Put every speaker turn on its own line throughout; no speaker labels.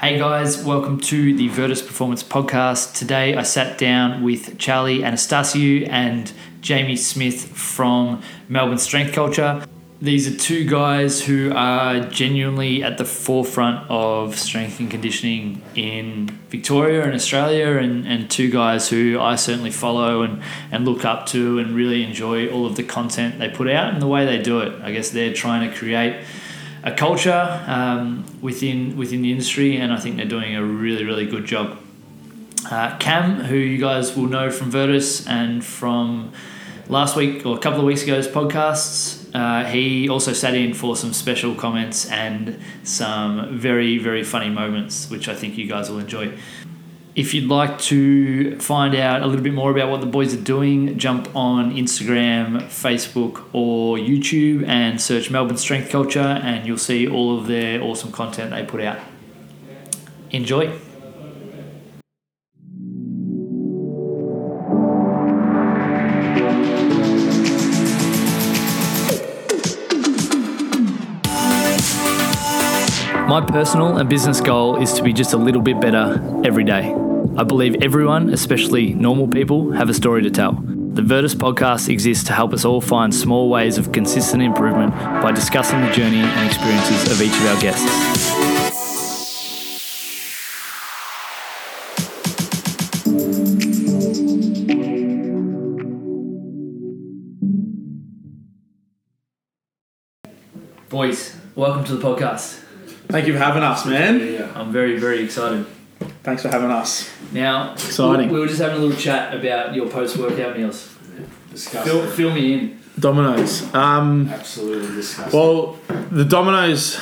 Hey guys, welcome to the Virtus Performance Podcast. Today I sat down with Charlie Anastasiou and Jamie Smith from Melbourne Strength Culture. These are two guys who are genuinely at the forefront of strength and conditioning in Victoria and Australia, and, and two guys who I certainly follow and, and look up to and really enjoy all of the content they put out and the way they do it. I guess they're trying to create a culture um, within within the industry, and I think they're doing a really really good job. Uh, Cam, who you guys will know from Virtus and from last week or a couple of weeks ago's podcasts, uh, he also sat in for some special comments and some very very funny moments, which I think you guys will enjoy. If you'd like to find out a little bit more about what the boys are doing, jump on Instagram, Facebook, or YouTube and search Melbourne Strength Culture, and you'll see all of their awesome content they put out. Enjoy. My personal and business goal is to be just a little bit better every day. I believe everyone, especially normal people, have a story to tell. The Virtus podcast exists to help us all find small ways of consistent improvement by discussing the journey and experiences of each of our guests. Boys, welcome to the podcast.
Thank you for having us, man.
I'm very, very excited.
Thanks for having us.
Now,
Exciting.
We we were just having a little chat about your post-workout meals. Fill,
Disgusting.
fill me in.
Dominoes. Um,
Absolutely disgusting.
well, the Dominoes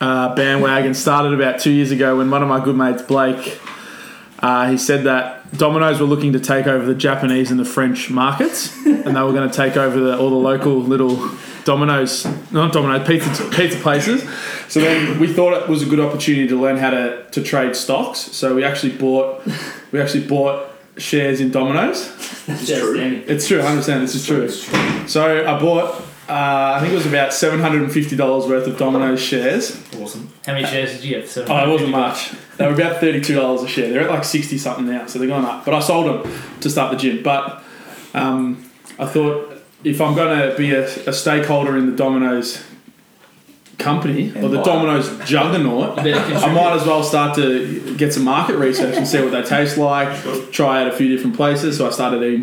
uh, bandwagon started about two years ago when one of my good mates, Blake, uh, he said that Dominoes were looking to take over the Japanese and the French markets, and they were going to take over the, all the local little Dominoes, not Dominoes, pizza pizza places. So then we thought it was a good opportunity to learn how to, to trade stocks. So we actually bought we actually bought shares in Dominoes.
That's
true.
outstanding.
It's true, 100%. This is true. So I bought, uh, I think it was about $750 worth of Domino's shares.
Awesome.
How many shares did you get?
Oh, it wasn't much. They were about $32 a share. They're at like 60 something now, so they're going up. But I sold them to start the gym. But um, I thought if I'm going to be a, a stakeholder in the Domino's company or the
buy.
Domino's juggernaut, I might as well start to get some market research and see what they taste like. Try out a few different places. So I started eating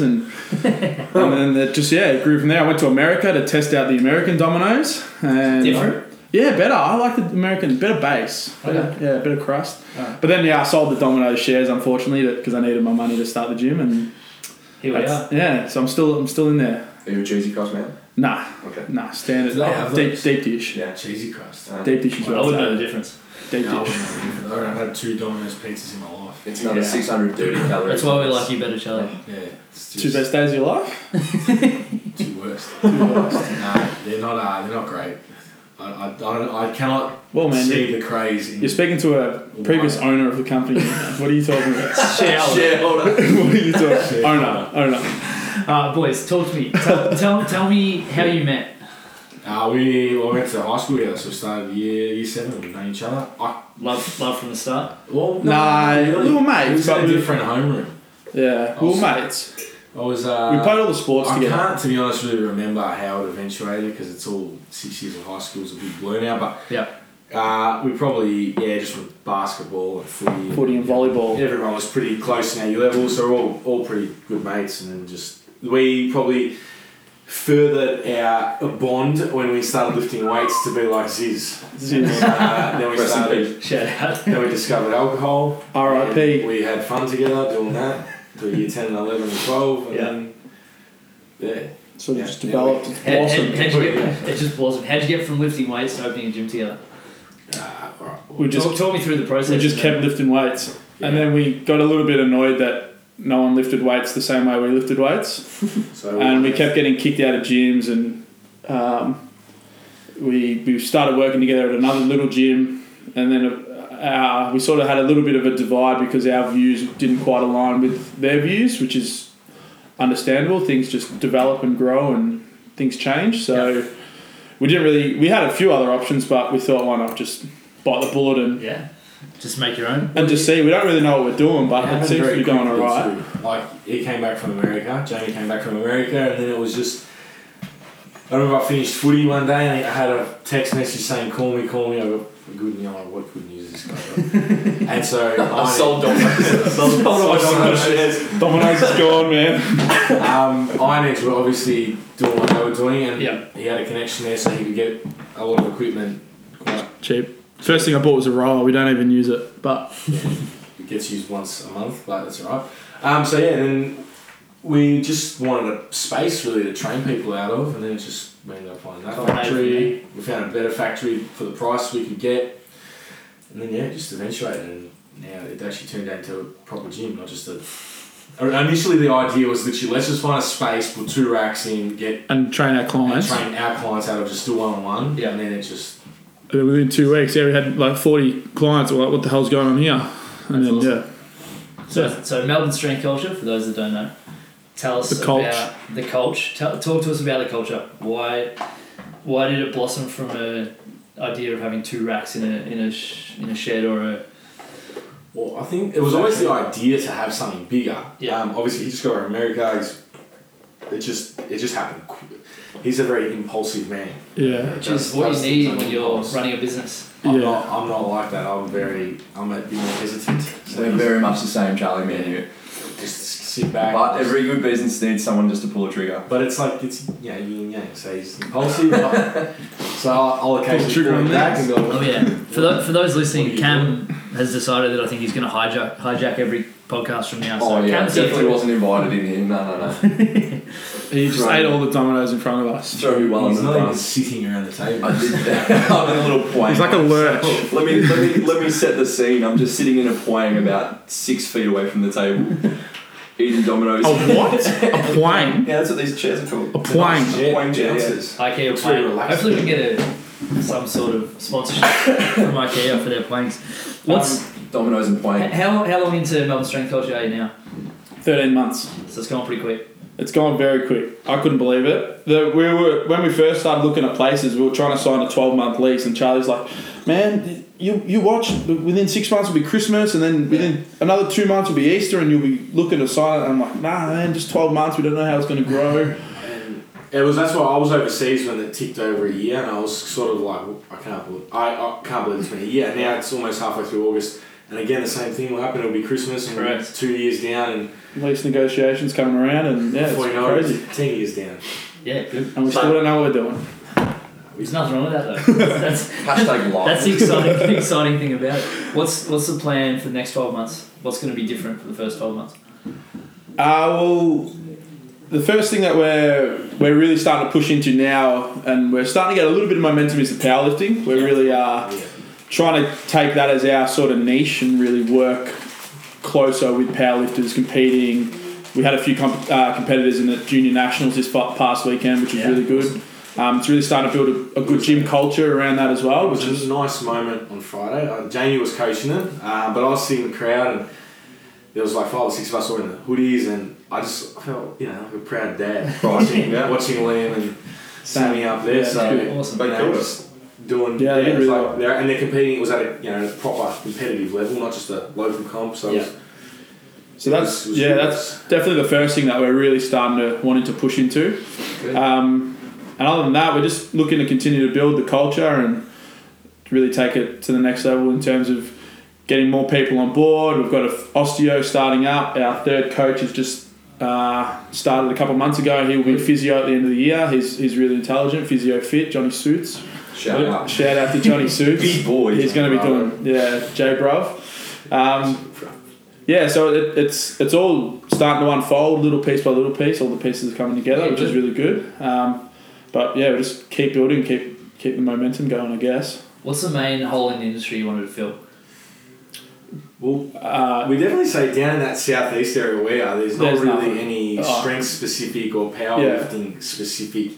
and and then it just yeah, it grew from there. I went to America to test out the American Domino's. And
Different?
yeah, better. I like the American, better base, better, yeah, better crust.
Alright.
But then yeah, I sold the Domino's shares unfortunately because I needed my money to start the gym, and
Here we are.
that's- yeah, so I'm still I'm still in there.
Are you a cheesy crust man?
Nah,
Okay.
nah, standard Oh,
Do they have
deep
those?
deep dish,
Yeah.
Cheesy crust.
Uh,
deep dish is
I
well.
wouldn't know the difference.
Deep
No, I
dish.
wouldn't have. I don't have had two Domino's pizzas in my life.
It's another
Yeah.
630 calories.
That's why we like you better, Charlie.
Yeah, it's
Two
just
best days of your life.
two worst.
Two worst.
no, they're not. Uh, they're not great. I, I, I, don't, I cannot
Well, Oh, man, you-
see the craze. In
You're speaking to a previous owner of the company. What are you talking about?
Shell.
Shareholder.
what are you talking
Shit.
Owner, owner.
Uh, boys, talk to me. Tell, tell, tell me how you met.
Uh, we, well, we went to high school together, so we started year year seven. We know each other. I,
Love, love from the start.
well, no,
Nah,
not really.
we were mates,
We was in
but
a
we-
different homeroom.
Yeah, well, mates.
I was. Uh,
We played all the sports
I
together.
can't, to be honest, really remember how it eventuated because it's all six years of high school is a big blur now. But
Yeah.
uh, we probably, yeah, just with basketball and footy.
Footy and volleyball.
Everyone was pretty close in our U level, so we're all, all pretty good mates. And then just, we probably furthered our bond when we started lifting weights to be like Ziz.
Ziz.
And, uh, then we
Rest in
started,
Shout out.
then we discovered alcohol.
R.I.P.
And We had fun together doing that through year 10 and 11 and 12. And
Yeah.
then, yeah.
Sort of
Yeah.
just developed. It's
How,
awesome.
how, how'd you get, it's just awesome. How'd you get from lifting weights to opening a gym together?
Uh, all right.
We
Just talk,
just
talk me through the process.
we just
man.
kept lifting weights, and
Yeah.
then we got a little bit annoyed that no one lifted weights the same way we lifted weights,
So
and we kept getting kicked out of gyms, and um, we we started working together at another little gym, and then. Uh, we sort of had a little bit of a divide because our views didn't quite align with their views, which is understandable. Things just develop and grow, and things change. So we didn't really. We had a few other options, but we thought, why not just bite the bullet and
Yeah. Just make your own.
And just see, we don't really know what we're doing, but it
happened
seems to
very
be going
quickly
alright.
too. Like he came back from America, Jamie came back from America, and then it was just. I remember I finished footy one day and I had a text message saying, "Call me, call me." I got good news. I'm like, what good news is this guy? got?" and so I
sold Domino's.
sold
all my Domino's
Domino's is gone, man.
um, Iron Edge were obviously doing what they were doing, and
Yeah.
he had a connection there, so he could get a lot of equipment. Quite,
Cheap. First thing I bought was a roller. We don't even use it, but
it gets used once a month, but that's alright. Um, so yeah, then we just wanted a space really to train people out of, and then it's just we ended up finding that
Culminated
factory. We found a better factory for the price we could get, and then yeah, just eventuated, and now it actually turned out into a proper gym, not just a. Initially, the idea was literally let's just find a space, put two racks in, get
and train our
and
clients.
train our clients out of just do one on one.
Yeah.
And then it just
And then within two weeks, yeah, we had like forty clients. We're like, what the hell's going on here? And
That's
then
awesome.
yeah,
So,
Yeah.
so Melbourne strength culture. For those that don't know, tell us
The culture.
about the culture. Tell, talk to us about the culture. Why, why did it blossom from a idea of having two racks in a in a sh- in a shed or a
well, I think it was always the idea to have something bigger.
Yeah.
Um, obviously, he just got to America. He's, it just it just happened. quick. He's a very impulsive man.
yeah,
which
That's-
is what you
that's the
need
thing.
when you're running a business.
I'm
Yeah.
not. I'm not like that. I'm very. I'm a bit more hesitant. So
We're
he's-
very much the same Charlie man here.
just sit back.
But
and just-
every good business needs someone just to pull a trigger.
But it's like it's yeah yin and yang. So he's impulsive. but- so I'll, I'll occasionally
trigger
pull him
on
back and
this.
go.
Oh yeah. For, tho- for those listening,
What are you
Cam has decided that I think he's going to hijack hijack every podcast from now. So
Oh yeah,
Cam's here
definitely
for-
wasn't invited in here. No, no, no.
he just
Right.
ate all the dominoes in front of us.
Throw me well
He's
in the
not even
front.
sitting around the table.
I did that. I'm in a little point.
It's like a lurch.
Let me let me let me set the scene. I'm just sitting in a poing about six feet away from the table, eating Dominoes.
A what? A plane.
Yeah, that's what these chairs are
A
called.
plane.
Yeah,
Wang Jia,
chances.
IKEA
It's really
plane.
relaxing.
Hopefully, we can get a, some sort of sponsorship from IKEA for their planes. What's
Um, Dominoes and
H-
poing?
How, how long into Melbourne Strength Culture are you now?
Thirteen months.
So it's gone pretty quick.
It's gone very quick. I couldn't believe it. The, we were when we first started looking at places, we were trying to sign a twelve month lease, and Charlie's like, "Man, you you watch. Within six months will be Christmas, and then within another two months will be Easter, and you'll be looking to sign it." And I'm like, "Nah, man, just twelve months. We don't know how it's going to grow."
And it was that's why I was overseas when it ticked over a year, and I was sort of like, I can't believe I, I can't believe it's been a year. Now it's almost halfway through August, and again the same thing will happen. It'll be Christmas, and
Correct.
it's two years down, and
lease negotiations coming around, and yeah,
before
it's
you know it,
crazy.
it's ten years down.
Yeah, good.
And we still don't know what we're doing.
There's nothing wrong with that though. That's,
Hashtag live.
that's the exciting, the exciting thing about it. What's what's the plan for the next 12 months? What's going to be different for the first 12 months?
Uh, well, the first thing that we're we're really starting to push into now, and we're starting to get a little bit of momentum, is the powerlifting. We really uh, are.
Yeah.
trying to take that as our sort of niche and really work closer with powerlifters competing. We had a few comp- uh, competitors in the junior nationals this fa- past weekend, which was
Yeah.
really good. Um, it's really starting to build a, a good gym culture around that as well, which
It was
is
a nice moment on Friday. Uh, Jamie was coaching it, uh, but I was sitting in the crowd and there was like five or six of us all in the hoodies, and I just felt you know like a proud dad watching
Yeah.
watching Liam and Sammy up there.
Yeah,
so
it's good.
Awesome.
They
you know,
killed
just doing
Yeah,
yeah,
they
it's
did really
like
well.
they're, and they're competing. It was at a you know proper competitive level, not just a local comp. So it was-
so that's
it was-
yeah, that's definitely the first thing that we're really starting to wanting to push into.
Good.
Um, and other than that, we're just looking to continue to build the culture and really take it to the next level in terms of getting more people on board. We've got an osteo starting up. Our third coach has just uh, started a couple of months ago. He will be physio at the end of the year. He's, he's really intelligent, physio fit, Johnny Suits.
Shout out.
Shout out to Johnny Suits.
Big boy.
He's going to be doing yeah, Jay Bruv. Um, yeah, so it, it's it's all starting to unfold little piece by little piece. All the pieces are coming together,
Yeah,
which is
good.
really good. Um, but yeah, we just keep building, keep keep the momentum going. I guess.
What's the main hole in the industry you wanted to fill?
well,
Uh,
we definitely say down in that southeast area we are. There's not
There's
really
nothing.
any
Oh.
strength specific or powerlifting specific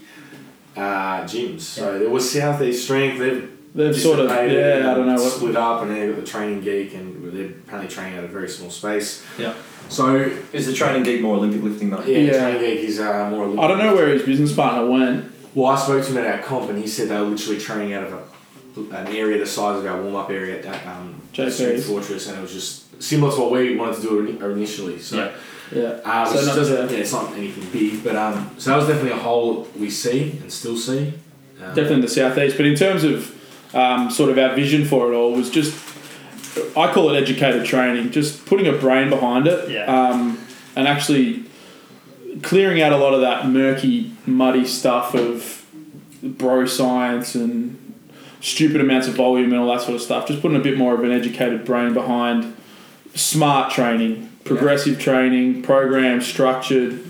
uh, gyms. So there was southeast strength. They've
they've sort of
dissipated
yeah, I don't know what.
Split up, and they've got the training geek, and they're apparently training out of a very small space.
Yeah.
So
Is the training geek more Olympic lifting though?
yeah,
Yeah.
training geek is uh, more.
I don't know where his business partner went.
Well, I spoke to him at our comp, and he said they were literally training out of a, an area the size of our warm up area at that, um, Street
JP's.
Fortress, and it was just similar to what we wanted to do or- initially. So.
Yeah.
Yeah.
Uh,
So
which
not
doesn't,
the-
yeah, it's not anything big, but um, so that was definitely a hole we see and still see. Um,
definitely the southeast. But in terms of um, sort of our vision for it all was just, I call it educated training, just putting a brain behind it,
Yeah.
um, and actually clearing out a lot of that murky, muddy stuff of bro science and stupid amounts of volume and all that sort of stuff. Just putting a bit more of an educated brain behind smart training, progressive training, program structured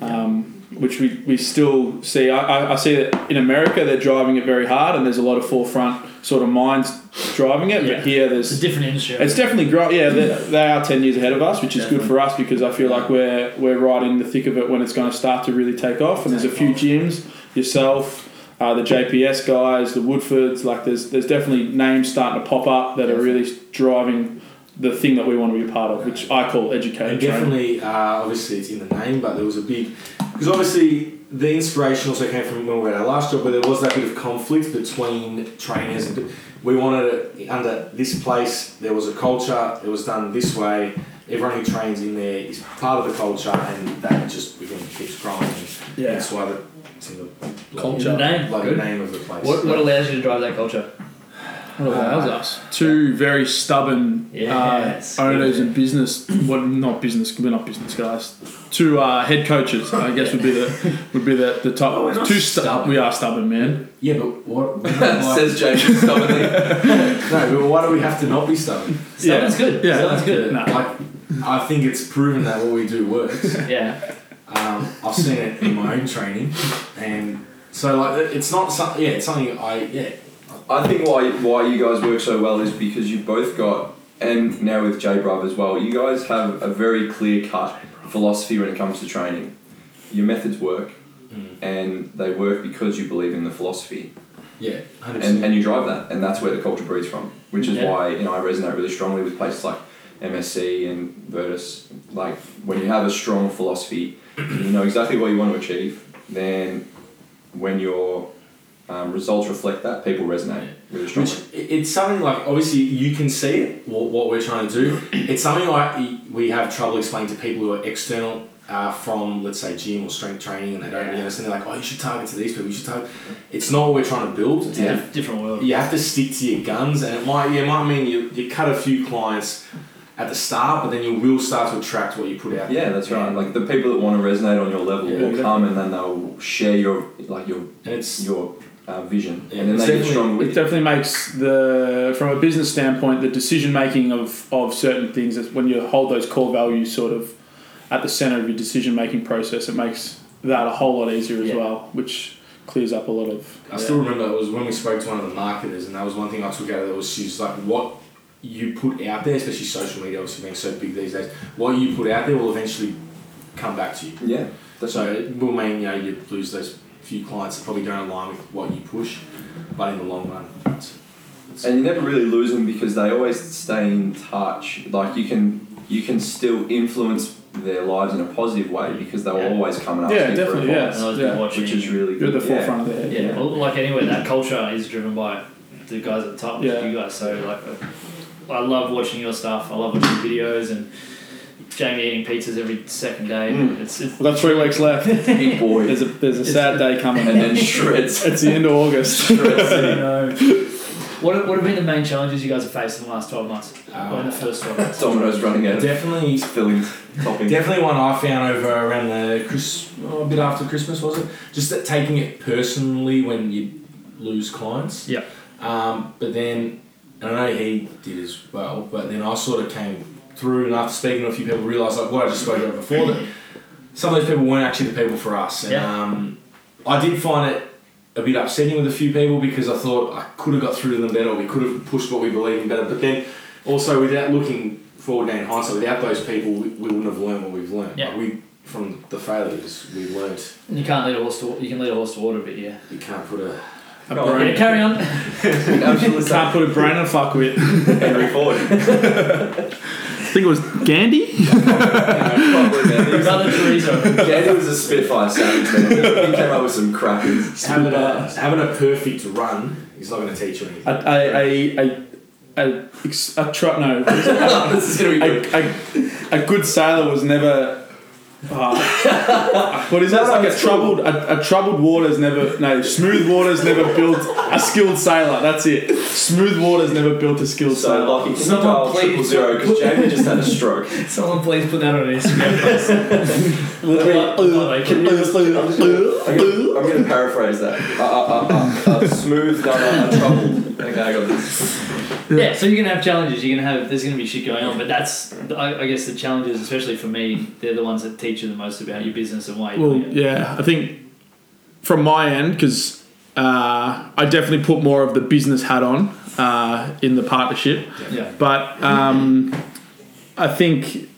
um, which we, we still see. I, I, I see that in America they're driving it very hard, and there's a lot of forefront sort of minds driving it.
Yeah.
But here
It's a
there's
different industry.
it's definitely growing. Yeah, they, they are ten years ahead of us, which is good for us because I feel like we're we're right in the thick of it when it's going to start to really take off. And there's a few gyms, yourself. Uh, the JPS guys, the Woodfords, like there's there's definitely names starting to pop up that are really driving the thing that we want to be a part of, which I call educated training.
And definitely, uh, obviously, it's in the name, but there was a big because obviously the inspiration also came from when we were at our last job, but there was that bit of conflict between trainers. And we wanted it under this place. There was a culture. It was done this way. Everyone who trains in there is part of the culture, and that just again keeps growing. And
Yeah.
that's why the it's in the
Culture. Name.
bloody
Good.
name of the place.
What, what allows you to drive that culture? What allows us?
Uh, two very stubborn
Yes.
uh, owners and business well not business we're not business guys two uh, head coaches I guess would be the would be the, the top
Oh, we're not
two stu-
stubborn.
we are stubborn man
Yeah, but what?
Says James stubbornly.
no, but why do we have to not be stubborn?
Stubborn's good.
Yeah.
Stubborn's good.
Nah.
Like, I think it's proven that what we do works.
Yeah.
Um, I've seen it in my own training, and so like it- it's not something. Yeah, it's something I yeah.
I think why why you guys work so well is because you both got and now with J Bruv as well, you guys have a very clear cut philosophy when it comes to training. Your methods work Mm. and they work because you believe in the philosophy.
Yeah, hundred
And,
percent.
and you drive that and that's where the culture breeds from. Which is
Yeah.
why you know I resonate really strongly with places like MSC and Virtus. Like when you have a strong philosophy, you know exactly what you want to achieve, then when your um, results reflect that, people resonate really strongly.
Which it- it's something like obviously you can see it what, what we're trying to do. It's something I we have trouble explaining to people who are external. Uh, from let's say gym or strength training, and they don't really understand. They're like, "Oh, you should target to these people. You should target." It's not what we're trying to build.
It's
and
a diff- different world.
you have to stick to your guns, and it might yeah, it might mean you, you cut a few clients at the start, but then you will start to attract what you put out.
Yeah,
there.
that's right. Like the people that want to resonate on your level
Yeah,
will
exactly.
come and then they'll share your like your
and it's
your uh, vision,
Yeah,
and then
it's
they get
definitely-
stronger
it
with it.
definitely makes the from a business standpoint the decision making of of certain things is when you hold those core values sort of at the center of your decision making process it makes that a whole lot easier as
Yeah.
well which clears up a lot of
I still remember it was when we spoke to one of the marketers, and that was one thing I took out of that was she's like, what you put out there, especially social media, obviously being so big these days, what you put out there will eventually come back to you.
Yeah, that's
So
right.
it will mean you know you lose those few clients that probably don't align with what you push, but in the long run, it's, it's,
And you never really lose them because they always stay in touch. Like you can you can still influence their lives in a positive way because they'll
Yeah.
always come and ask
yeah
you for
definitely
advice,
And I
yeah,
was
yeah.
watching.
which is really
you're
good.
at the
yeah.
forefront of the head
yeah. Well, like anywhere, that culture is driven by the guys at the top, which
Yeah.
is you guys. So like, uh, I love watching your stuff. I love watching videos and Jamie eating pizzas every second day.
Mm.
It's, it's
We've got three weeks left.
Big boy,
There's a there's a sad day coming.
and then shreds.
it's the end of August.
No. What have, what have been the main challenges you guys have faced in the last 12 months?
Uh,
or in the first 12 months?
Domino's running out of
definitely
fillings, toppings.
Definitely one I found over around the Chris, oh, a bit after Christmas was it? Just that taking it personally when you lose clients.
Yeah.
Um, but then, and I know he did as well. But then I sort of came through, and after speaking to a few people, realised like what I just spoke about before that some of those people weren't actually the people for us. And
Yeah.
um, I did find it a bit upsetting with a few people because I thought I could have got through to them better. We could have pushed what we believe in better. But then also without looking forward now in hindsight, without those people, we, we wouldn't have learned what we've learned.
Yeah.
Like, we from the failures we've learned.
You can't lead a horse to wa- you can lead a horse to water, but yeah.
You can't put a
A
Go on.
Yeah,
brain.
carry on.
Absolutely.
Can't put a brain on fuck with.
Henry Ford.
I think it was Gandhi.
Probably, man. He's
Brother Teresa.
Danny was a Spitfire savage man. He- He came up with some crackers.
having a having a perfect run is not going to teach you anything.
A, a, a, a, a, ex- a tru- no,
this is gonna be good.
a, a, a good sailor was never. Ah. what is that?
No,
It's like
no,
a
it's
troubled, a, a troubled water's never. No, smooth water's never built a skilled sailor. That's it. Smooth water's never built a skilled
So,
sailor.
like, it's
Someone
dial
please-
triple zero because Jamie just had a stroke.
Someone please put that on Instagram.
I'm gonna, I'm gonna paraphrase that. Uh, uh, uh, uh, uh, smooth, no, no, uh, troubled. Okay, I got this.
yeah, so you're gonna have challenges. You're gonna have there's gonna be shit going on, but that's I, I guess the challenges, especially for me, they're the ones that teach you the most about your business and why you're
Well,
doing it.
yeah, I think from my end, because uh, I definitely put more of the business hat on uh, in the partnership.
Yeah.
But um, I think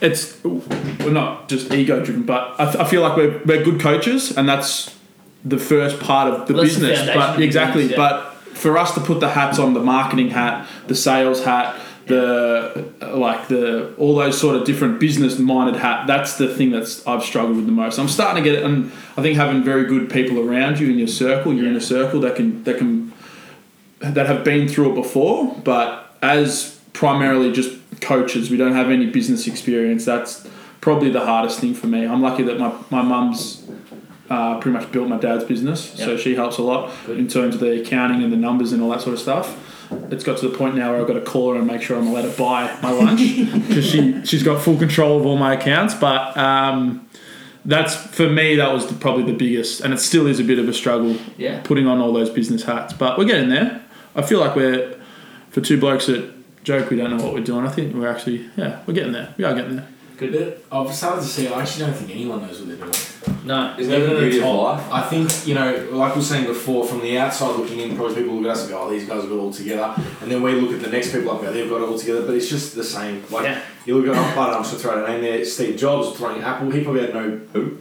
it's we're not just ego driven, but I, I feel like we're, we're good coaches, and that's the first part of the
Well, that's the
business.
foundation of
but
the
exactly,
business, yeah.
but for us to put the hats on the marketing hat, the sales hat, the like the all those sort of different business minded hat. That's the thing that's I've struggled with the most. I'm starting to get it, and I think having very good people around you in your circle, you're in a circle that can that can that have been through it before, but as primarily just coaches, we don't have any business experience. That's probably the hardest thing for me. I'm lucky that my my mum's uh, pretty much built my dad's business, so
Yep.
she helps a lot in terms of the accounting and the numbers and all that sort of stuff. It's got to the point now where I've got to call her and make sure I'm allowed to buy my lunch because she she's got full control of all my accounts. But um, that's for me that was the, probably the biggest, and it still is a bit of a struggle
Yeah.
putting on all those business hats. But we're getting there. I feel like we're for two blokes that joke we don't know what we're doing. I think we're actually yeah, we're getting there. We are getting there.
Good.
But I've started to see. I actually don't think anyone knows what they're doing.
No.
Isn't that the beauty
Even
of
at the
life?
top, I think you know, like we were saying before, from the outside looking in, probably people look at us and go, "Oh, these guys have got it all together," and then we look at the next people up there, they've got it all together, but it's just the same. Like
Yeah.
you look at, oh, I I'm just throwing a name there. Steve Jobs throwing Apple. He probably had no.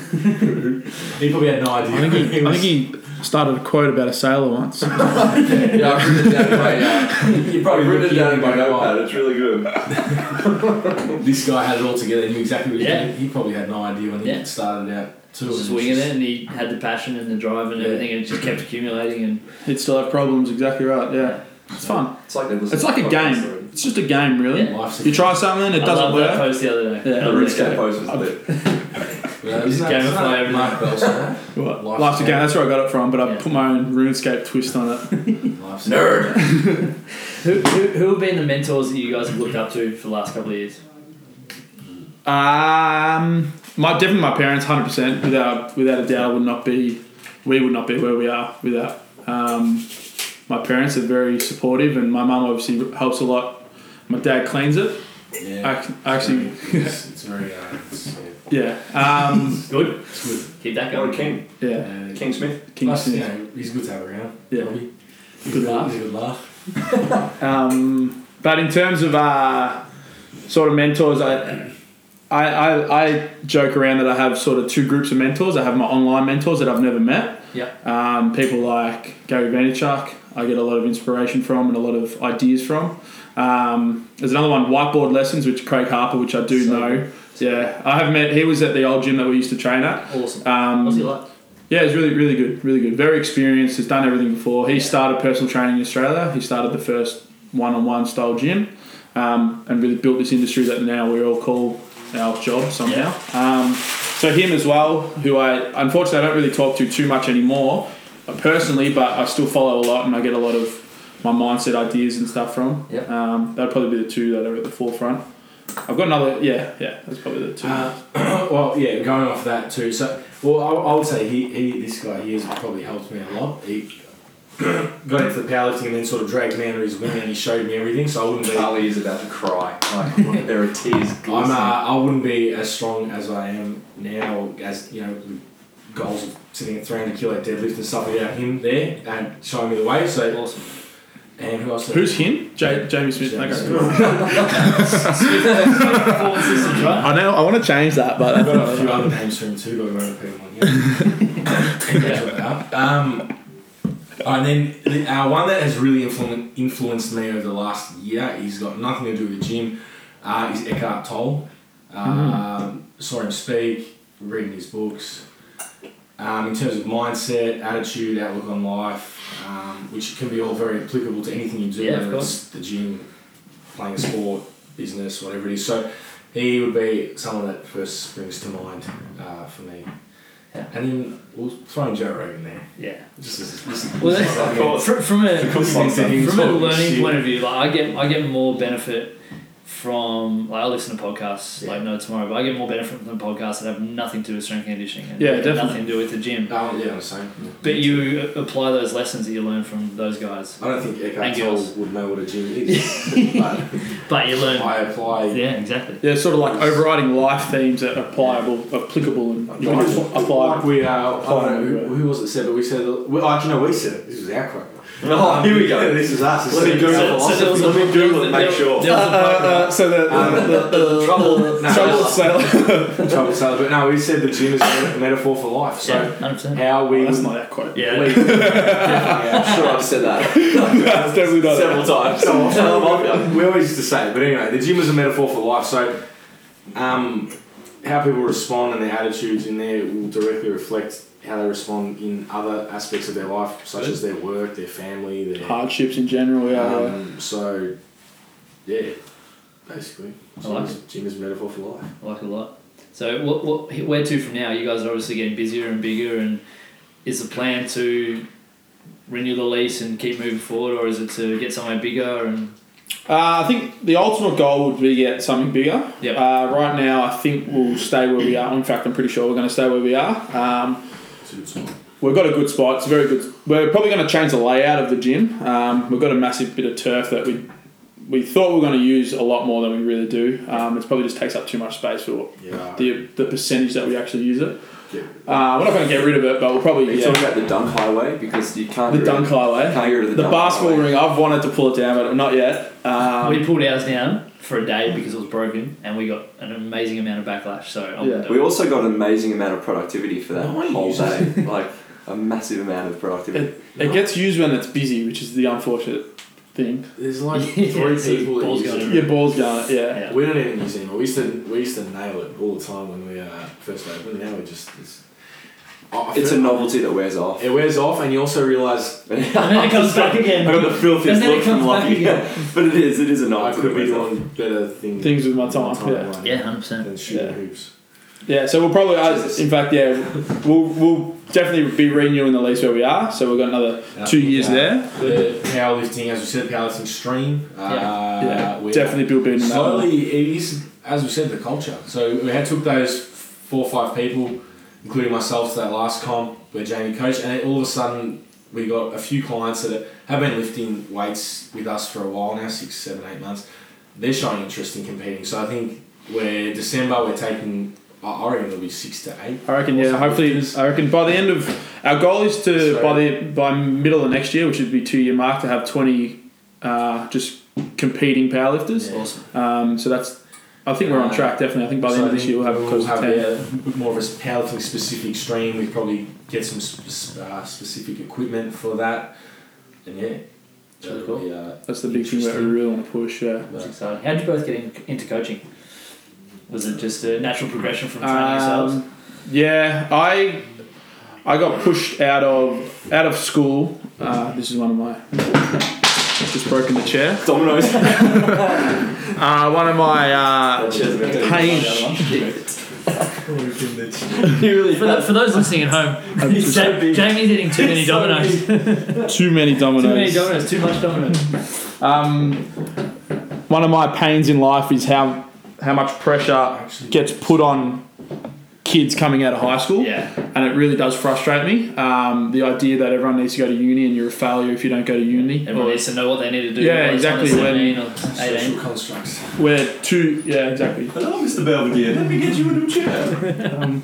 he probably had no idea.
I think
He
he, I
was-
think he started a quote about a sailor once.
Yeah, I've written it down in my, uh,
you
I've written it down in my
go, "Oh,
notepad. It's really good.
This guy had it all together. He knew exactly what he
Yeah.
did. He probably had no idea when he
Yeah.
started out. Too.
Just
And it's
winging
just-
it, and he had the passion and the drive and
Yeah.
everything, and it just kept accumulating. And
He'd still have problems. Exactly right. Yeah, it's fun.
It's like,
It's like
Oh,
a game. It's just a game, really.
Yeah.
Life's a
You try something, it
I
doesn't
loved that
work.
post the other day.
Yeah.
I
The
loved
RuneScape
that.
post was lit.
Yeah,
Just
isn't that-
gamify
isn't that
everything.
Mark Bell's name?
What?
Life's
Life's a
a
game.
game.
That's where I got it from, but I
Yeah.
put my own RuneScape twist on it.
Life's a game.
Nerd.
Who, who, who have been the mentors that you guys have looked up to for the last couple of years?
Um, my definitely my parents, hundred percent, without without a doubt, would not be, we would not be where we are without. Um, my parents are very supportive, and my mum obviously helps a lot. My dad cleans it.
Yeah.
I, I actually,
it's, it's very, uh, it's, yeah,
yeah, um,
Good.
it's good.
Keep that
What
going.
a king.
yeah,
Uh,
King Smith.
King
plus, you
Smith.
know, he's good to have around.
Yeah.
Robbie. He's
Good laugh.
He's a good laugh.
Um, but in terms of uh, sort of mentors, I, I, I, I joke around that I have sort of two groups of mentors. I have my online mentors that I've never met.
Yeah.
Um, people like Gary Vaynerchuk, I get a lot of inspiration from and a lot of ideas from. Um, there's another one, Whiteboard Lessons, which Craig Harper, which I do
So
know. Yeah, I have met. He was at the old gym that we used to train at.
Awesome.
Um,
What's he like?
yeah, he's really, really good, really good. Very experienced. Has done everything before. He started personal training in Australia. He started the first one-on-one style gym, um, and really built this industry that now we all call our job somehow. Um, so him as well, who I unfortunately I don't really talk to too much anymore, uh, personally, but I still follow a lot and I get a lot of my mindset ideas and stuff from.
Yep.
Um, that'd probably be the two that are at the forefront. I've got another. Yeah, yeah. That's probably the two.
Uh, well, yeah, going off that too. So, well, I, I would say he, he, this guy here has probably helped me a lot. He got into the powerlifting and then sort of dragged me under his wing and he showed me everything. So I wouldn't be, I'm,
Charlie is about to cry. Like, there are tears
uh,
glistening.
I wouldn't be as strong as I am now. As you know, with goals of sitting at 300 kilo deadlift and stuff without him there and showing me the way. So,
Awesome.
and who else?
Who's him? J- Jamie Smith.
Jamie
okay.
Smith.
Forward systems, right?
I know. I want to change that, but
I've got a few other names for him too, but we won't repeat them on here. That's what they are. um, and then the- uh, one that has really influ- influenced me over the last year, he's got nothing to do with the gym, uh, is Eckhart
Mm-hmm.
Tolle. Um, Saw him speak, reading his books. um, in terms of mindset, attitude, outlook on life, um, which can be all very applicable to anything you do,
Yeah, of
whether it's the gym, playing a sport, business, whatever it is. So he would be someone that first springs to mind uh, for me.
Yeah.
And then we'll throw in Joe Rogan there.
Yeah.
Just as, just,
Well,
just
that's,
as-
from, from a
Because he said he was
from a
talking
learning
shit.
point of view, like I get I get more benefit from like I listen to podcasts
Yeah.
like no tomorrow, but I get more benefit from the podcasts that have nothing to do with strength and conditioning and
Yeah,
and
definitely.
nothing to do with the gym.
Um, yeah, I'm the same.
But you a- apply those lessons that you learn from those guys,
I don't think Eckhart
Thank you.
Tolle would know what a gym is, but
but you learn.
I apply.
Yeah, exactly.
Yeah, sort of like overriding life themes that are pliable, applicable, and you can just
Like
apply.
we are, I don't know
Apply.
who, who was it said, but we said, we, oh, do you know, we said it. This was our quote.
Oh, here we go.
this is us.
Let me
It's-
Google.
there was a-
Let me Google and make sure.
there was a program.
Uh, so the,
Um, the trouble, no,
trouble
no, trouble sales, but no, we said the gym is a meta- metaphor for life.
Yeah,
So
100%.
how we,
that's not that quote.
Yeah.
we
I'm sure I've said that
That's definitely not.
several times.
we always used to say, it, but anyway, the gym is a metaphor for life. So, um, how people respond and their attitudes in there will directly reflect how they respond in other aspects of their life, such as their work, their family, their.
Hardships in general, yeah. yeah.
Um, so, yeah, basically,
I like
gym is a metaphor for life.
I like it a lot. So what, what where to from now? You guys are obviously getting busier and bigger, and is the plan to renew the lease and keep moving forward, or is it to get somewhere bigger and
Uh, I think the ultimate goal would be to get something bigger.
Yep.
Uh, right now, I think we'll stay where we are. In fact, I'm pretty sure we're going to stay where we are. Um, We've got a good spot. It's a very good. We're probably going to change the layout of the gym. Um, we've got a massive bit of turf that we we thought we were going to use a lot more than we really do. Um, it probably just takes up too much space for
Yeah.
the the percentage that we actually use it.
Yeah.
Uh, we're not going to get rid of it, but we'll
Are
probably
you
yeah,
talking about the dunk highway? Because you can't
the
get rid
dunk
of,
highway.
can't get rid of the,
The
dunk
basketball
highway.
ring. I've wanted to pull it down, but not yet. Um,
we pulled ours down for a day because it was broken, and we got an amazing amount of backlash. So I'm
Yeah.
done.
We also got an amazing amount of productivity for that
No one
whole day.
uses
like a massive amount of productivity.
it, it gets used when it's busy, which is the unfortunate thing.
There's like
Yeah,
three
so
people that
balls
use
going
it.
around.
Your balls going. Yeah.
Yeah.
We don't even use it anymore. We used to we used to nail it all the time when we uh, first opened. Now we just it's, I- I
it's a
feel-
novelty that wears off.
It wears off, and you also realise
And then it comes back
I
again.
got the
And
filthiest
then it
look from
comes back
Lucky. but it is, it is a
I
novelty.
could
that
be
wears off.
doing better things.
Things with my time, yeah.
right
Yeah,
now
hundred percent.
Than shooting
Yeah.
hoops.
Yeah, so we'll probably, uh,
Jesus.
in fact, yeah, we'll, we'll definitely be renewing the lease where we are. So we've got another two years
Yeah.
there.
The powerlifting, as we said, powerlifting stream. Uh,
Yeah,
we're-
definitely build building that. one.
Slowly, it is as we said the culture. So we had took those four or five people, including myself, to that last comp where Jamie coached, and all of a sudden we got a few clients that have been lifting weights with us for a while now, six, seven, eight months. They're showing interest in competing. So I think where December we're taking. I I reckon it'll be six to eight.
I reckon, yeah. Hopefully, I reckon by the end of our goal is to
So-
by the by middle of next year, which would be two year mark, to have twenty uh, just competing powerlifters.
Awesome.
Um, so that's, I think we're on track. Definitely, I think by the
Uh, So
end
I
of this
think
year we'll have
we'll
close to
have,
ten.
yeah, more of a powerlifting specific stream. We probably get some sp- uh, specific equipment for that, and yeah,
That's really
that'll be, uh,
That's the big thing that we
Interesting.
really want to push. Yeah.
That's exciting. How did you both get in, into coaching? Was it just a natural progression from training yourselves?
Um, yeah, I I got pushed out of out of school. Uh, this is one of my just broken the chair.
Dominoes.
Uh, one of my uh, pain.
For, the, for those listening at home,
just-
Ja- Jamie's eating too many dominoes.
Too many dominoes.
Too many dominoes. Too much dominoes.
Um, one of my pains in life is how how much pressure gets put on kids coming out of high school.
Yeah.
and it really does frustrate me. Um, the idea that everyone needs to go to uni and you're a failure if you don't go to uni.
Everyone needs to know what they need to do.
Yeah,
whether it's
exactly,
under 17 or
when-
Social
18.
constructs.
We're too yeah, exactly.
Hello, Mr. Belvedere. Let me get you a new chair.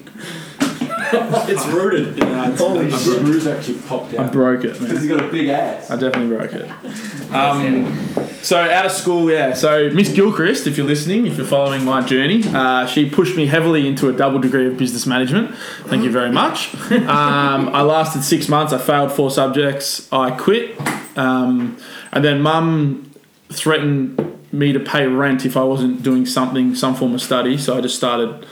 it's rooted.
Holy shit! Bruce actually popped
I
out.
broke it. Man.
he's got a big ass.
I definitely broke it. Um, so out of school, yeah. So Miss Gilchrist, if you're listening, if you're following my journey, uh, she pushed me heavily into a double degree of business management. Thank you very much. Um, I lasted six months. I failed four subjects. I quit, um, and then Mum threatened me to pay rent if I wasn't doing something, some form of study. So I just started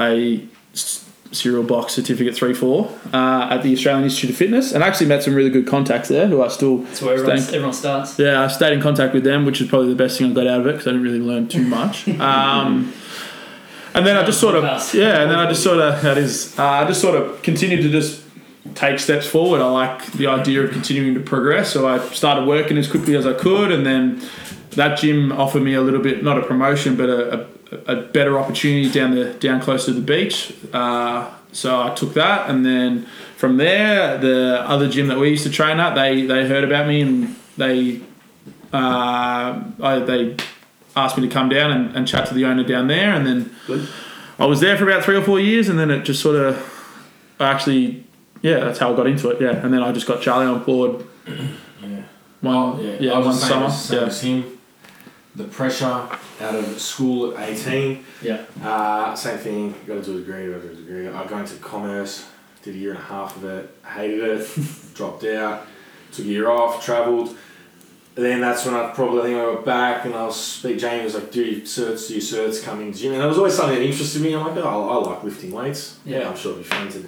a s- Serial Box Certificate 3 4 uh, at the Australian Institute of Fitness. And I actually met some really good contacts there who I still,
That's where everyone,
Stank.
everyone starts.
yeah, I stayed in contact with them, which is probably the best thing I got out of it because I didn't really learn too much. Um, and then I just sort of, yeah, and then I just sort of, that is, uh, I just sort of continued to just take steps forward. I like the idea of continuing to progress. So I started working as quickly as I could, and then that gym offered me a little bit, not a promotion, but a, a, a better opportunity down the down close to the beach. Uh, so I took that, and then from there, the other gym that we used to train at, they they heard about me and they uh, I, they asked me to come down and, and chat to the owner down there, and then
Good.
I was there for about three or four years, and then it just sort of I actually yeah, that's how I got into it. Yeah, and then I just got Charlie on board.
Yeah.
One,
Oh, yeah,
yeah,
I was
one
the same,
summer.
as- same
Yeah.
as him. The pressure out of school at 18.
Yeah.
Uh, same thing, got to do a degree, got to do a degree. I got into commerce, did a year and a half of it, hated it, dropped out, took a year off, travelled. Then that's when I probably I think I went back and I was speak. Jamie was like, "Do your certs, do your certs, come in gym." And it was always something that interested me. I'm like, "Oh, I like lifting weights.
Yeah.
I'm sure it'd be fun to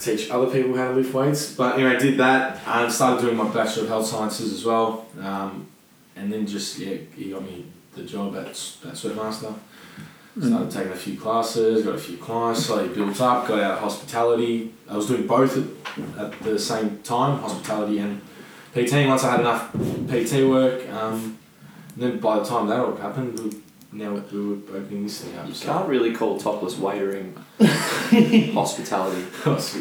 teach other people how to lift weights." But anyway, I did that and started doing my bachelor of health sciences as well. Um, and then just yeah, he got me the job at at Sweatmaster. Started taking a few classes, got a few clients, slowly built up, got out of hospitality. I was doing both at, at the same time, hospitality and PT. Once I had enough PT work, um, and then by the time that all happened, we, now we were opening this thing up.
You
So.
can't really call topless waitering hospitality.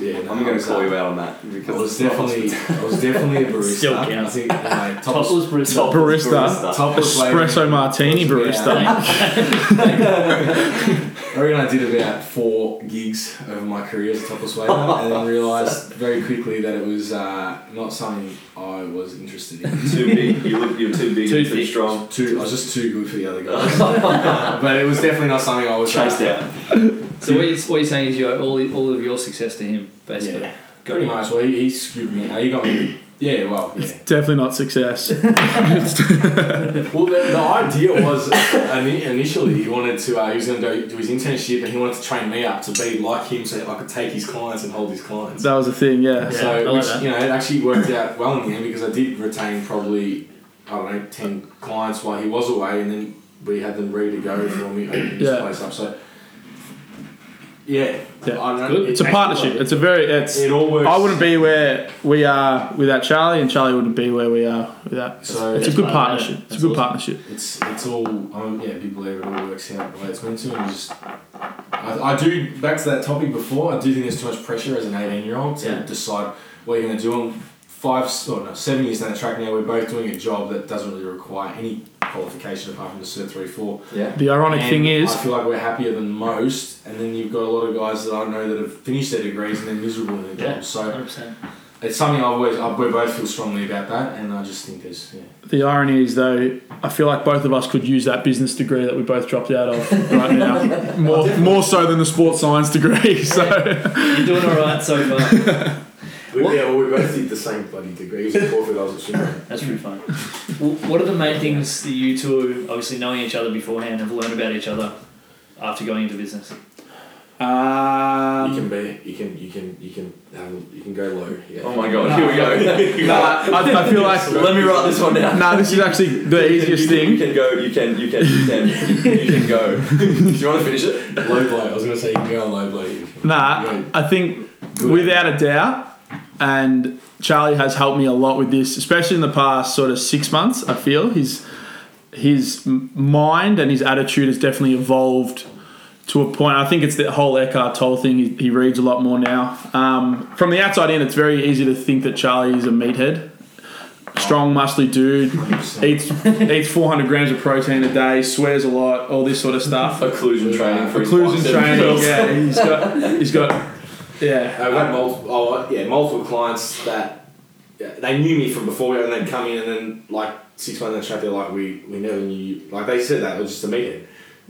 yeah, no, I
I'm going to
was,
call
uh,
you out on that
I
because
was
it's not
definitely, I was definitely a barista.
Still
I
counts.
think, anyway, topless,
Topless Bruce.
Top-
Barista,
barista.
topless waitering.
espresso martini barista.
I reckon I did about four gigs over my career as a topless waiter, and then realised very quickly that it was uh, not something I was interested in.
too big. You look, you're too big
Too
and too
thick.
strong.
Too, I was just too good for the other guys, but it was definitely not something I was
Chased
uh,
out.
So what you're, what you're saying is you owe all, all of your success to him, basically.
Yeah, pretty much. Well, he, he screwed me. He got me. Yeah, well, yeah.
Definitely not success.
Well, the, the idea was ini- initially he wanted to, uh, he was going to go do his internship and he wanted to train me up to be like him so that I could take his clients and hold his clients.
that was the thing. Yeah.
Yeah. I
so,
like
which,
that.
you know, it actually worked out well in the end because I did retain probably, I don't know, 10 clients while he was away and then we had them ready to go for when we opened
Yeah.
this place up. So, yeah.
Yeah.
I don't know,
Good.
it
It's a
actually
partnership.
worked.
It's a very. It's.
It all works.
I wouldn't be where we are without Charlie, and Charlie wouldn't be where we are without.
So,
It's a
it's,
good
That's
partnership.
right,
It's a
that's
good
awesome.
partnership.
it's, all, I'm, yeah, a big believer it all works out the way it's meant to and just. I, I do back to that topic before. I do think there's too much pressure as an 18 year old to
Yeah.
decide what you're going to do. I'm five, oh no, seven years down the track now. We're both doing a job that doesn't really require any qualification apart from the cert three four.
Yeah.
The ironic
And
thing is,
I feel like we're happier than most. And then you've got a lot of guys that I know that have finished their degrees and they're miserable in their
Yeah.
jobs. So
100%.
it's something I always I, we both feel strongly about that. And I just think there's yeah.
the irony is though, I feel like both of us could use that business degree that we both dropped out of right now, more more so than the sports science degree. So
You're doing all right so far.
We,
What-
yeah, well, we both did the same bloody degrees. Corford, I was at Swinburne.
That's pretty fun. Wh- What are the main things that you two, obviously knowing each other beforehand, have learned about each other after going into business?
um,
you can be, you can, you can, you can, have, you can go low. Yeah.
Oh my god. Here we go.
Nah, I, I feel like
Let me write this one down.
nah, this is actually the easiest
you,
thing.
You can go. You can. You can. You can. You can go. Do you want to finish it?
Low blow. I was gonna say you can go on low blow. You can-
Nah, I think without a doubt, and Charlie has helped me a lot with this, especially in the past sort of six months. I feel his his m- mind and his attitude has definitely evolved to a point. I think it's the whole Eckhart Tolle thing. He, he reads a lot more now. Um, from the outside in, it's very easy to think that Charlie is a meathead, strong, muscly dude.
100%.
Eats eats 400 grams of protein a day, swears a lot, all this sort of stuff.
Occlusion training for his
Clues
bicep
and training,
curls.
yeah. He's got, he's got, yeah.
I've had multiple, oh, yeah, multiple clients that yeah, they knew me from before, and they'd come in, and then like six months in the track, they're like, "We we never knew you." Like they said that it was just a meathead.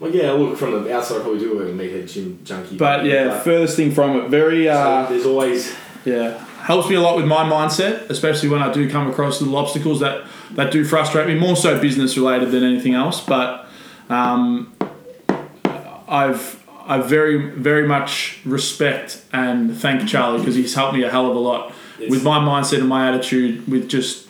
I'm like, yeah, look from the outside, I probably do look like a meathead gym junkie.
But yeah, furthest thing from it, very,
so
uh,
there's always
yeah, helps me a lot with my mindset, especially when I do come across little obstacles that that do frustrate me, more so business related than anything else. But um, I've I very, very much respect and thank Charlie because he's helped me a hell of a lot with my mindset and my attitude, with just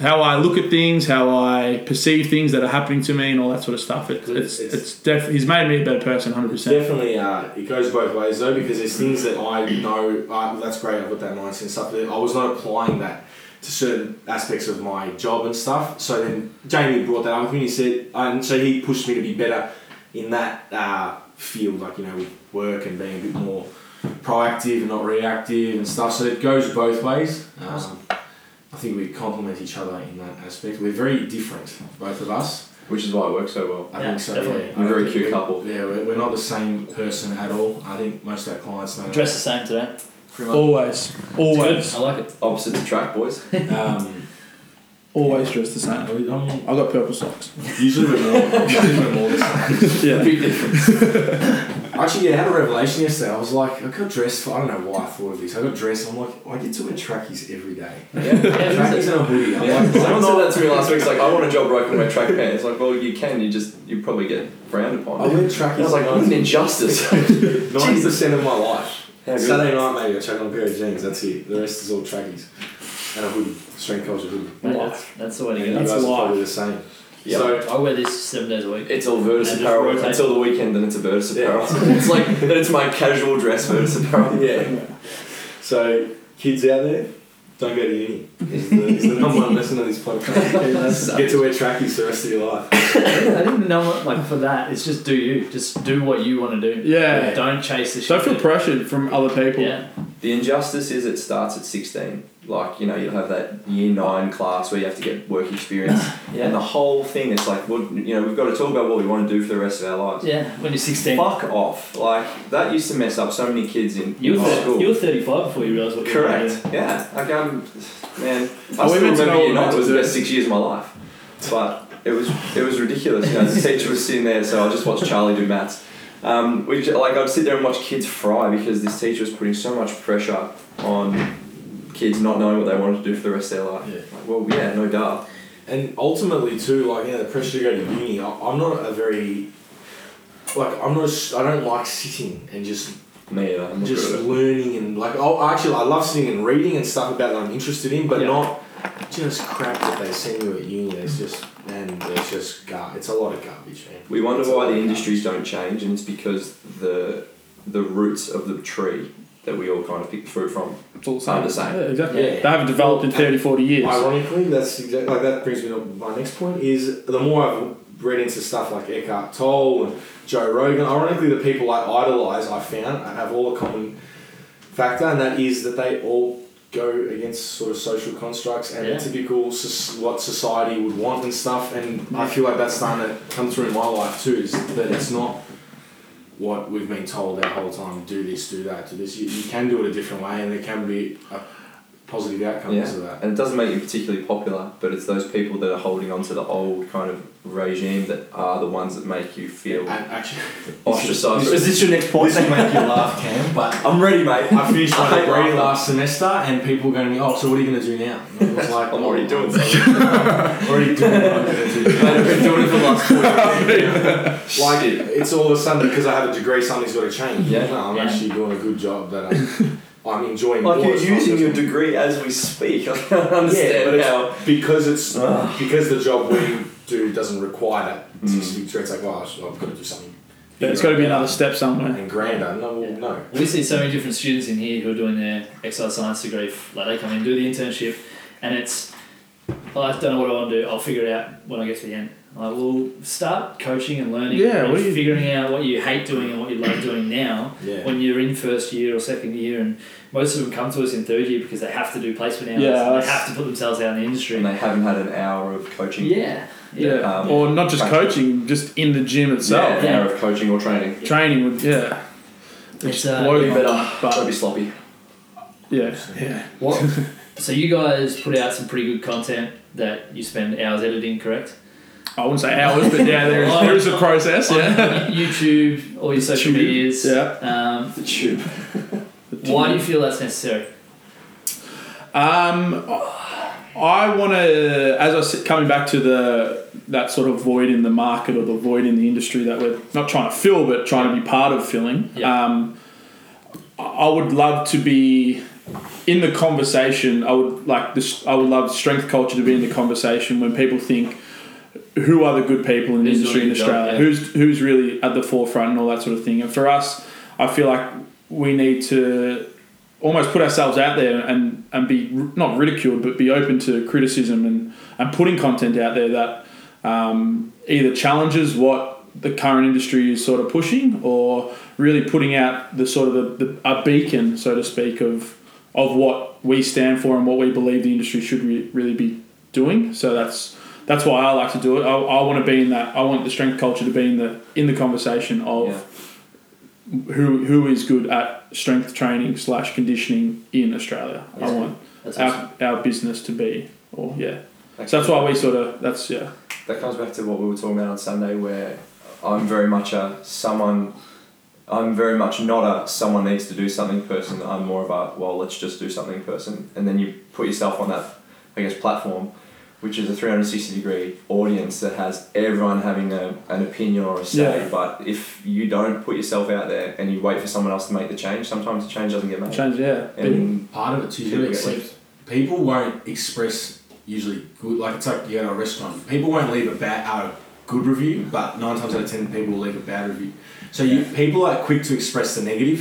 how I look at things, how I perceive things that are happening to me, and all that sort of stuff. It, it's
It's-
it's, def- he's made me a better person, hundred
It's
percent.
definitely, uh, it goes both ways though, because there's things that I know, uh, that's great, I've got that mindset and stuff, but I was not applying that to certain aspects of my job and stuff. So then Jamie brought that up with me, he said, and so he pushed me to be better in that uh, field, like, you know, with work and being a bit more proactive and not reactive and stuff. So it goes both ways. Um, I think we complement each other in that aspect. We're very different, both of us.
which is why it works so well.
I
Yeah,
think so.
definitely.
Yeah.
We're a very
I think
cute
we-
couple.
Yeah, we're, we're not the same person at all. I think most of our clients know.
Dress the same today.
Pretty much.
Always, always,
I like it.
Opposites attract, boys.
that. Um,
always dressed the same.
we don't-
I've got purple socks.
usually we're more. usually we're more the same.
yeah,
Big difference.
Actually, yeah, I had a revelation yesterday. I was like, I got dressed for. I don't know why I thought of this. I got dressed. I'm like, I get to wear trackies every day.
Yeah,
Trackies and a hoodie. I'm
Yeah.
like, I don't
Someone said
know.
that to me last week. It's like, I want a job where I can wear track pants. Like, well, you can. You just you probably get frowned upon.
I wear
And I was
trackies
like, "Mm, what an injustice.
ninety percent of my life.
How good.
Saturday night, maybe I chuck on a pair of jeans. That's it. The rest is all trackies and a hoodie. Strength culture hoodie.
Mate, that's, that's the way to
And you
go.
guys are
life.
probably the same.
Yeah.
So
I wear this seven days a week.
It's all Virtus
And just
apparel
rotate.
until the weekend, then it's a Virtus
Yeah.
apparel. it's like then it's my casual dress Virtus apparel.
Yeah. So, kids out there, don't go to uni. Is the, is the number one lesson of this podcast. Get to wear trackies the rest of your life.
I didn't know what, like for that. It's just do you. Just do what you want to do.
yeah.
Don't chase the shit.
Don't feel pressured from other people.
Yeah.
The injustice is it starts at sixteen. Like you know you'll have that year nine class where you have to get work experience, and the whole thing it's like well you know we've got to talk about what we want to do for the rest of our lives.
Yeah. When you're 16.
Fuck off! Like that used to mess up so many kids in,
You
in
were,
high
thir-
school.
you were 35 before you realised what you were doing.
Correct. Yeah. Like I'm, man. I
Are we meant to
still remember
know
year
what
nine
we're
was the
doing?
best six years of my life, but it was it was ridiculous. You know, the teacher was sitting there, so I just watched Charlie do maths. Um, we ju- like I'd sit there and watch kids fry because this teacher was putting so much pressure on kids not knowing what they wanted to do for the rest of their life.
Yeah.
Like, well, yeah, no doubt.
And ultimately, too, like, yeah, the pressure to go to uni, I, I'm not a very. Like, I'm not, a s- I don't like sitting and just
Me either. I'm not
just
good at it.
learning and like oh actually I love sitting and reading and stuff about that I'm interested in but
Yeah.
not just crap that they send you at uni it's just and it's just gar- it's a lot of garbage man
We wonder
It's a
why
lot of
the industries don't change, and it's because the the roots of the tree that we all kind of pick the fruit from
It's all the
are
same.
the same.
Yeah, exactly.
Yeah.
They haven't developed in 30, 40 years.
Ironically, that's exactly like that brings me to my next point is the more I've read into stuff like Eckhart Tolle and Joe Rogan, ironically the people I idolize I found and have all a common factor and that is that they all go against sort of social constructs and
Yeah.
the typical soc- what society would want and stuff and I feel like that's starting to come through in my life too is that it's not what we've been told our whole time do this do that do this you, you can do it a different way and there can be a positive outcomes
Yeah.
of that
And it doesn't make you particularly popular, but it's those people that are holding on to the old kind of regime that are the ones that make you feel
And actually,
ostracized.
This,
this your next
this will make you laugh, Cam, but
I'm ready, mate.
I finished my
I hate
degree
laughing.
last semester, and people were going to me, "Oh, so what are you going to do now?" And I was like,
I'm already doing
something. already doing what I'm going to do.
Mate, I've been doing it for the last 40
Like
Shit.
it's all of a sudden because I have a degree, something's got to change.
Yeah.
no, I'm
Yeah.
actually doing a good job that I'm, I'm enjoying.
Like
more.
you're
It's not
using
just-
your degree as we speak. I don't
yeah,
understand
but
how.
it's because it's
Ugh. Mm.
because the job we do doesn't require that. It's, just- it's like, oh, I've got to do something.
Yeah, it's got to be another step somewhere.
And grander, no, well,
Yeah.
no.
We see so many different students in here who are doing their exercise science degree. f- Like they come in, do the internship, and it's, oh, I don't know what I want to do. I'll figure it out when I get to the end. I'm Like, well, start coaching and learning.
Yeah,
and
what do you-
figuring out what you hate doing and what you love doing now.
Yeah.
When you're in first year or second year, and most of them come to us in third year because they have to do placement hours.
Yeah,
and they
that's-
have to put themselves out in the
And
industry.
they haven't had an hour of coaching.
Yeah, yeah,
Yeah.
Um,
or not just
right.
coaching, just in the gym
Yeah,
itself.
an hour of coaching or training.
Training would, yeah.
It's,
It's
uh,
blow
be
them
better. Don't
But,
be sloppy.
yeah. yeah.
What? so you guys put out some pretty good content that you spend hours editing, correct?
I wouldn't say hours, but yeah, there is, there is a process. Yeah.
On YouTube, all your social
Tube,
medias.
yeah.
Um,
The tube.
why do you feel that's necessary?
Um, I want to, as I s- coming back to the that sort of void in the market or the void in the industry that we're not trying to fill, but trying to be part of filling.
Yeah.
Um, I I would love to be in the conversation. I would like this. I would love strength culture to be in the conversation when people think. Who are the good people in the
Who's
industry in
doing a good job,
Australia?
yeah.
Who's who's really at the forefront and all that sort of thing. And for us, I feel like we need to almost put ourselves out there and, and be r- not ridiculed but be open to criticism and, and putting content out there that um, either challenges what the current industry is sort of pushing or really putting out the sort of the, the, a beacon so to speak of of what we stand for and what we believe the industry should re- really be doing so that's that's why I like to do it I, I want to be in that I want the strength culture to be in the in the conversation of
Yeah.
who who is good at strength training slash conditioning in Australia. I
Yeah.
want
That's awesome.
our, our business to be, or yeah.
Like-
So that's why we sort of that's yeah.
that comes back to what we were talking about on Sunday, where I'm very much a someone. I'm very much not a someone needs to do something person. I'm more of a well, let's just do something person, and then you put yourself on that, I guess, platform, which is a 360 degree audience that has everyone having a, an opinion or a say.
Yeah.
But if you don't put yourself out there and you wait for someone else to make the change, sometimes the change doesn't get made.
Change yeah.
And
Part of it too, you
People
gotta
get
accept people won't express usually good. Like it's like you go to a restaurant, people won't leave a bad uh, good review, but nine times out of ten, people will leave a bad review. So you people are quick to express the negative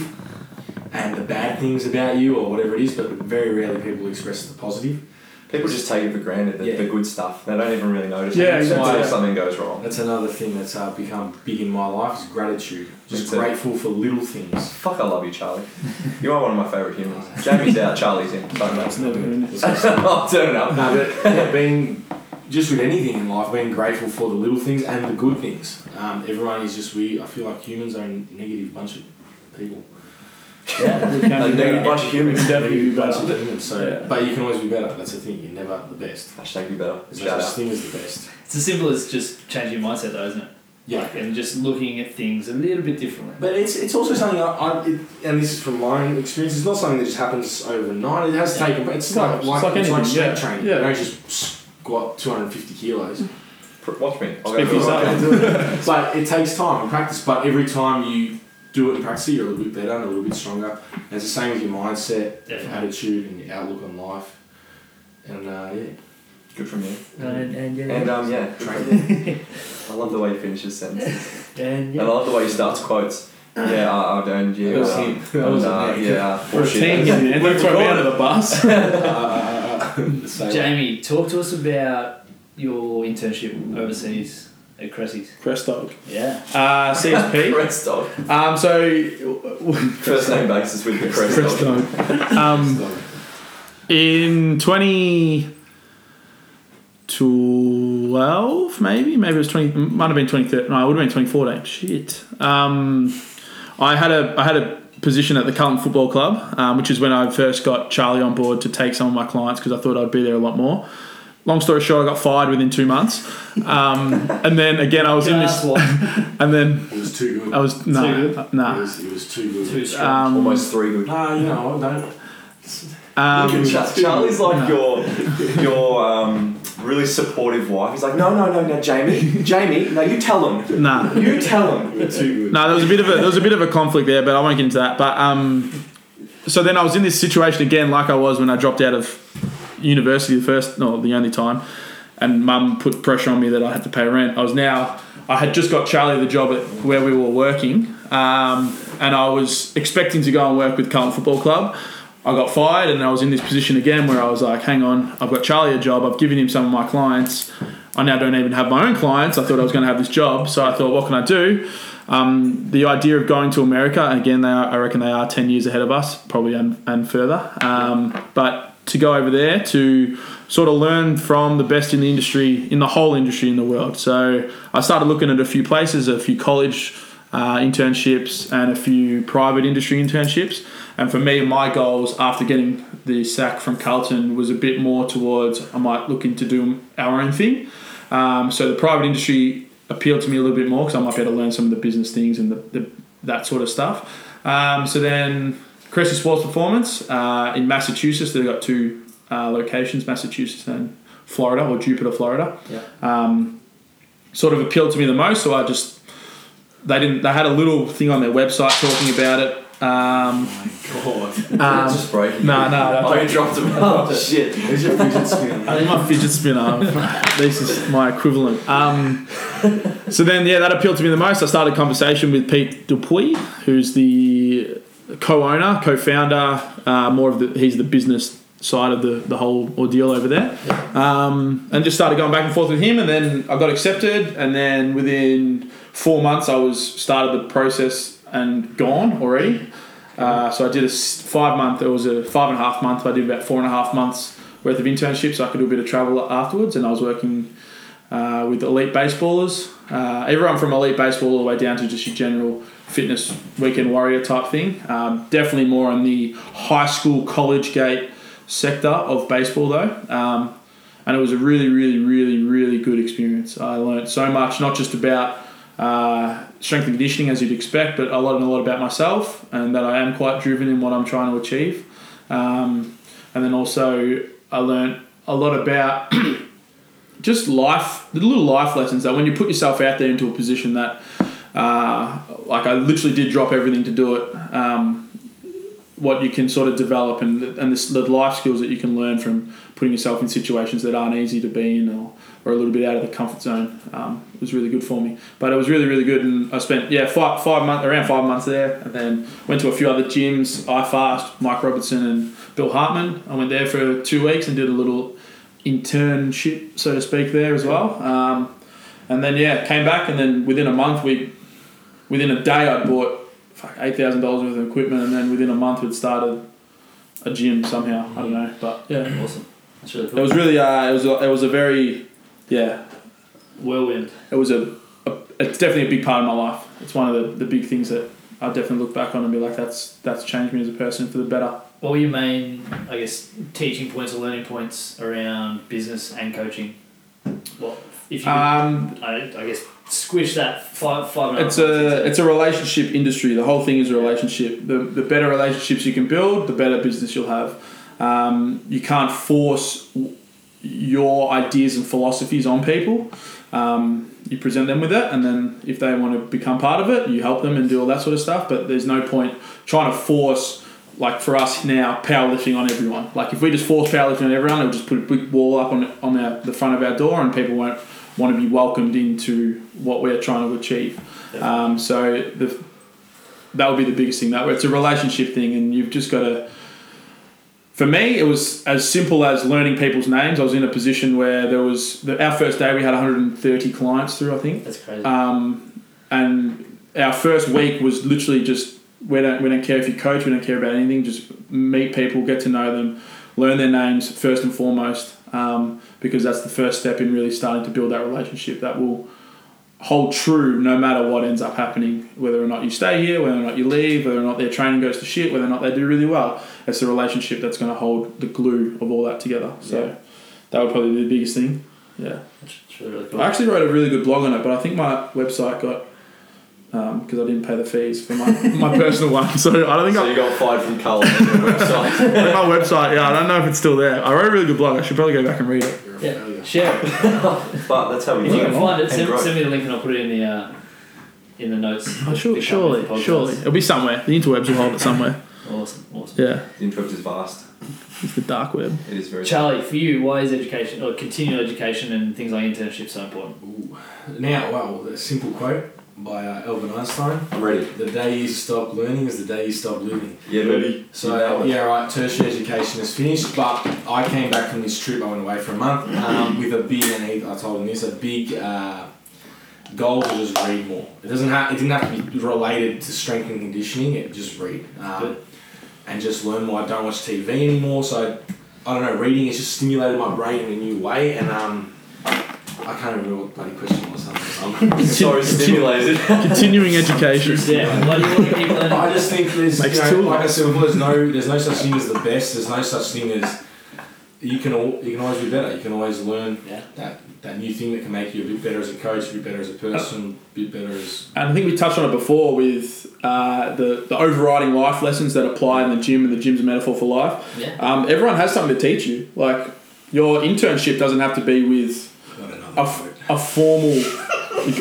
and the bad things about you or whatever it is, but very rarely people express the positive.
people just take it for granted the,
Yeah.
the good stuff. They don't even really notice
Yeah,
it until
exactly.
something goes wrong.
That's another thing that's uh, become big in my life is gratitude. Just
That's it.
grateful for little things.
Fuck, I love you, Charlie. You are one of my favourite humans. Jamie's out, Charlie's in. Sorry, mate. I'll turn it up.
No, but yeah, being just with anything in life, being grateful for the little things and the good things. Um, everyone is just we. I feel like humans are a negative bunch of people.
Yeah, we
A
can do
negative
that.
bunch of humans.
Definitely be
Negative bunch
better.
of humans. So,
Yeah.
but you can always be better. That's the thing. You're never the best.
Hashtag be better.
There's no
Shout
such
out.
thing as the best.
It's as simple as just changing your mindset, though, isn't it?
Yeah.
Like, and just looking at things a little bit differently.
But it's, it's also something I, I it, and this is from my own experience. It's not something that just happens overnight. It has
Yeah.
taken, but it's
No,
like
it's
like,
like
it's like
anything, yeah.
strength training.
Yeah.
You don't just squat 250 kilos.
Pr- Watch me. I'll
Speak for
go
yourself.
for a
Can't
walk.
do it. But it takes time and practice. But every time you do it and practice it, you're a little bit better and a little bit stronger. And it's the same with your mindset, your
Definitely.
attitude, and your outlook on life. And uh, yeah,
Good from you.
And, and, yeah,
And um, yeah, good from you. I love the way you finish your sentence.
and
And I
yeah.
love the way you start quotes. Yeah, I, I've done you.
That was
um,
him. That was
and, uh,
him.
Yeah.
For a team,
bullshit.
man. They throw me under the bus.
Uh, so-
Jamie, talk to us about your internship overseas at Cressy's.
Crest dog.
Yeah.
Uh, CSP.
Crest dog.
Um, so
First name basis with the crest
Crest
dog.
dog. Um, In 2012, maybe, maybe it was 20, might have been 2013. No, it would have been 2014. Shit. Um, I had a, I had a position at the Carlton Football Club, um, which is when I first got Charlie on board to take some of my clients because I thought I'd be there a lot more. Long story short, I got fired within two months, um, and then again I was in this, and then
it was too good.
I was no,
Too
nah,
It, was, it was too
Oh, Too
good.
strong.
Um,
Almost three good.
Nah, you know, I don't.
um,
Look at Char- Charlie's like your your um, really supportive wife. He's like, no, no, no, no, Jamie, Jamie, no, you tell him,
nah.
you tell him.
It was too good.
No, there was a bit of a there was a bit of a conflict there, but I won't get into that. But um, so then I was in this situation again, like I was when I dropped out of university the first, no, the only time, and Mum put pressure on me that I had to pay rent. I was now I had just got Charlie the job at where we were working, um, and I was expecting to go and work with Carlton Football Club. I got fired, and I was in this position again where I was like, "Hang on, I've got Charlie a job. I've given him some of my clients. I now don't even have my own clients. I thought I was going to have this job, so I thought, what can I do?" Um, the idea of going to America, and again, they are, I reckon they are 10 years ahead of us, probably and, and further. Um, but to go over there to sort of learn from the best in the industry, in the whole industry in the world. So I started looking at a few places, a few college uh, internships, and a few private industry internships. And for me, my goals after getting the sack from Carlton was a bit more towards I might look into doing our own thing. Um, so the private industry appealed to me a little bit more because I might be able to learn some of the business things and the, the, that sort of stuff. Um, so then Cressy Sports Performance uh, in Massachusetts, they've got two uh, locations, Massachusetts and Florida, or Jupiter, Florida,
Yeah.
um, sort of appealed to me the most. So I just they didn't they had a little thing on their website talking about it. Um,
God.
um,
just breaking.
no, no, I
Oh,
don't-
you dropped him.
Oh shit!
Is your fidget spinner?
I think my fidget spinner. this is my equivalent. Um, so then, yeah, that appealed to me the most. I started a conversation with Pete Dupuy, who's the co-owner, co-founder. Uh, more of the he's the business side of the, the whole ordeal over there, um, and just started going back and forth with him. And then I got accepted, and then within four months, I was started the process and gone already. Uh, so I did a s- five month. It was a five and a half month. I did about four and a half months worth of internships. I could do a bit of travel afterwards, and I was working uh, with elite baseballers, uh, everyone from elite baseball all the way down to just your general fitness weekend warrior type thing. Um, definitely more on the high school college gate sector of baseball though. Um, and it was a really, really, really, really good experience. I learned so much, not just about uh, strength and conditioning as you'd expect, but I learned a lot about myself and that I am quite driven in what I'm trying to achieve. Um, and then also, I learned a lot about just life, the little life lessons that when you put yourself out there into a position that, uh, like I literally did drop everything to do it, um, what you can sort of develop and, and this, the life skills that you can learn from putting yourself in situations that aren't easy to be in or, or a little bit out of the comfort zone um, was really good for me. But it was really, really good, and I spent yeah five five month around five months there, and then went to a few other gyms. I fast Mike Robertson and Bill Hartman. I went there for two weeks and did a little internship, so to speak, there as well. Um, and then yeah, came back, and then within a month we, within a day, I bought fuck eight thousand dollars worth of equipment, and then within a month we'd started a gym somehow. I don't know, but yeah,
Awesome. That's really
it
cool.
was really uh, it was a, it was a very yeah
Whirlwind.
it was a, a it's definitely a big part of my life. It's one of the, the big things that I definitely look back on and be like, that's that's changed me as a person for the better.
What were your main, I guess, teaching points or learning points around business and coaching? What if you, could,
Um,
I, I guess, squish that five five. and half
it's
months
a
into-
it's a relationship industry. The whole thing is a relationship. The the better relationships you can build, the better business you'll have. Um, you can't force w- your ideas and philosophies on people. Um, you present them with it, and then if they want to become part of it, you help them and do all that sort of stuff. But there's no point trying to force, like for us now, powerlifting on everyone. Like if we just force powerlifting on everyone, it'll just put a big wall up on on our, the front of our door, and people won't want to be welcomed into what we're trying to achieve. Um, so the, that would be the biggest thing. That it's a relationship thing, and you've just got to. For me, it was as simple as learning people's names. I was in a position where there was the, our first day we had 130 clients through. I think
That's crazy.
um, and our first week was literally just we don't we don't care if you coach, we don't care about anything. Just meet people, get to know them, learn their names first and foremost, um, because that's the first step in really starting to build that relationship that will hold true no matter what ends up happening, whether or not you stay here, whether or not you leave, whether or not their training goes to shit, whether or not they do really well. It's the relationship that's going to hold the glue of all that together. So
Yeah.
that would probably be the biggest thing. Yeah.
That's that's really, really cool.
I actually wrote a really good blog on it, but I think my website got because I didn't pay the fees for my, my personal one. So I don't think
So
I,
you got fired from Carl on their website.
I think my website. Yeah, I don't know if it's still there. I wrote a really good blog. I should probably go back and read it.
You're a
Yeah.
failure.
Share. it.
But that's how we
If you
learn.
can find it,
And grow.
send, send me the link and I'll put it in the uh, in the notes.
Surely,
Pick up with the
Oh, surely,
podcast.
surely, it'll be somewhere. The interwebs will hold it somewhere.
Awesome, awesome.
Yeah,
The interrupt is vast.
it's the dark web.
It is very.
Charlie, for you, why is education or continued education and things like internships so important?
Ooh. Now, well, a simple quote by uh, Albert Einstein.
I'm ready.
The day you stop learning is the day you stop living.
Yeah, ready.
So yeah, right. Tertiary education is finished, but I came back from this trip. I went away for a month um, with a big, and he- I told him this a big uh, goal to just read more. It doesn't have, it didn't have to be related to strength and conditioning. It just read um,
Good.
and just learn more. I don't watch TV anymore, so I don't know. Reading has just stimulated my brain in a new way, and um, I can't remember what the bloody question was. I'm-
so stimulated.
Continuing education.
Yeah, why do you want to keep learning?
I just think there's
Makes
you
two
know,
of
like I said before, there's no there's no such thing as the best. There's no such thing as you can all you can always be better. You can always learn
Yeah.
that that new thing that can make you a bit better as a coach, a bit better as a person, a bit better as
And I think we touched on it before with uh, the, the overriding life lessons that apply in the gym, and the gym's a metaphor for life.
Yeah.
Um, everyone has something to teach you. Like, your internship doesn't have to be with
not another.
a, f- a formal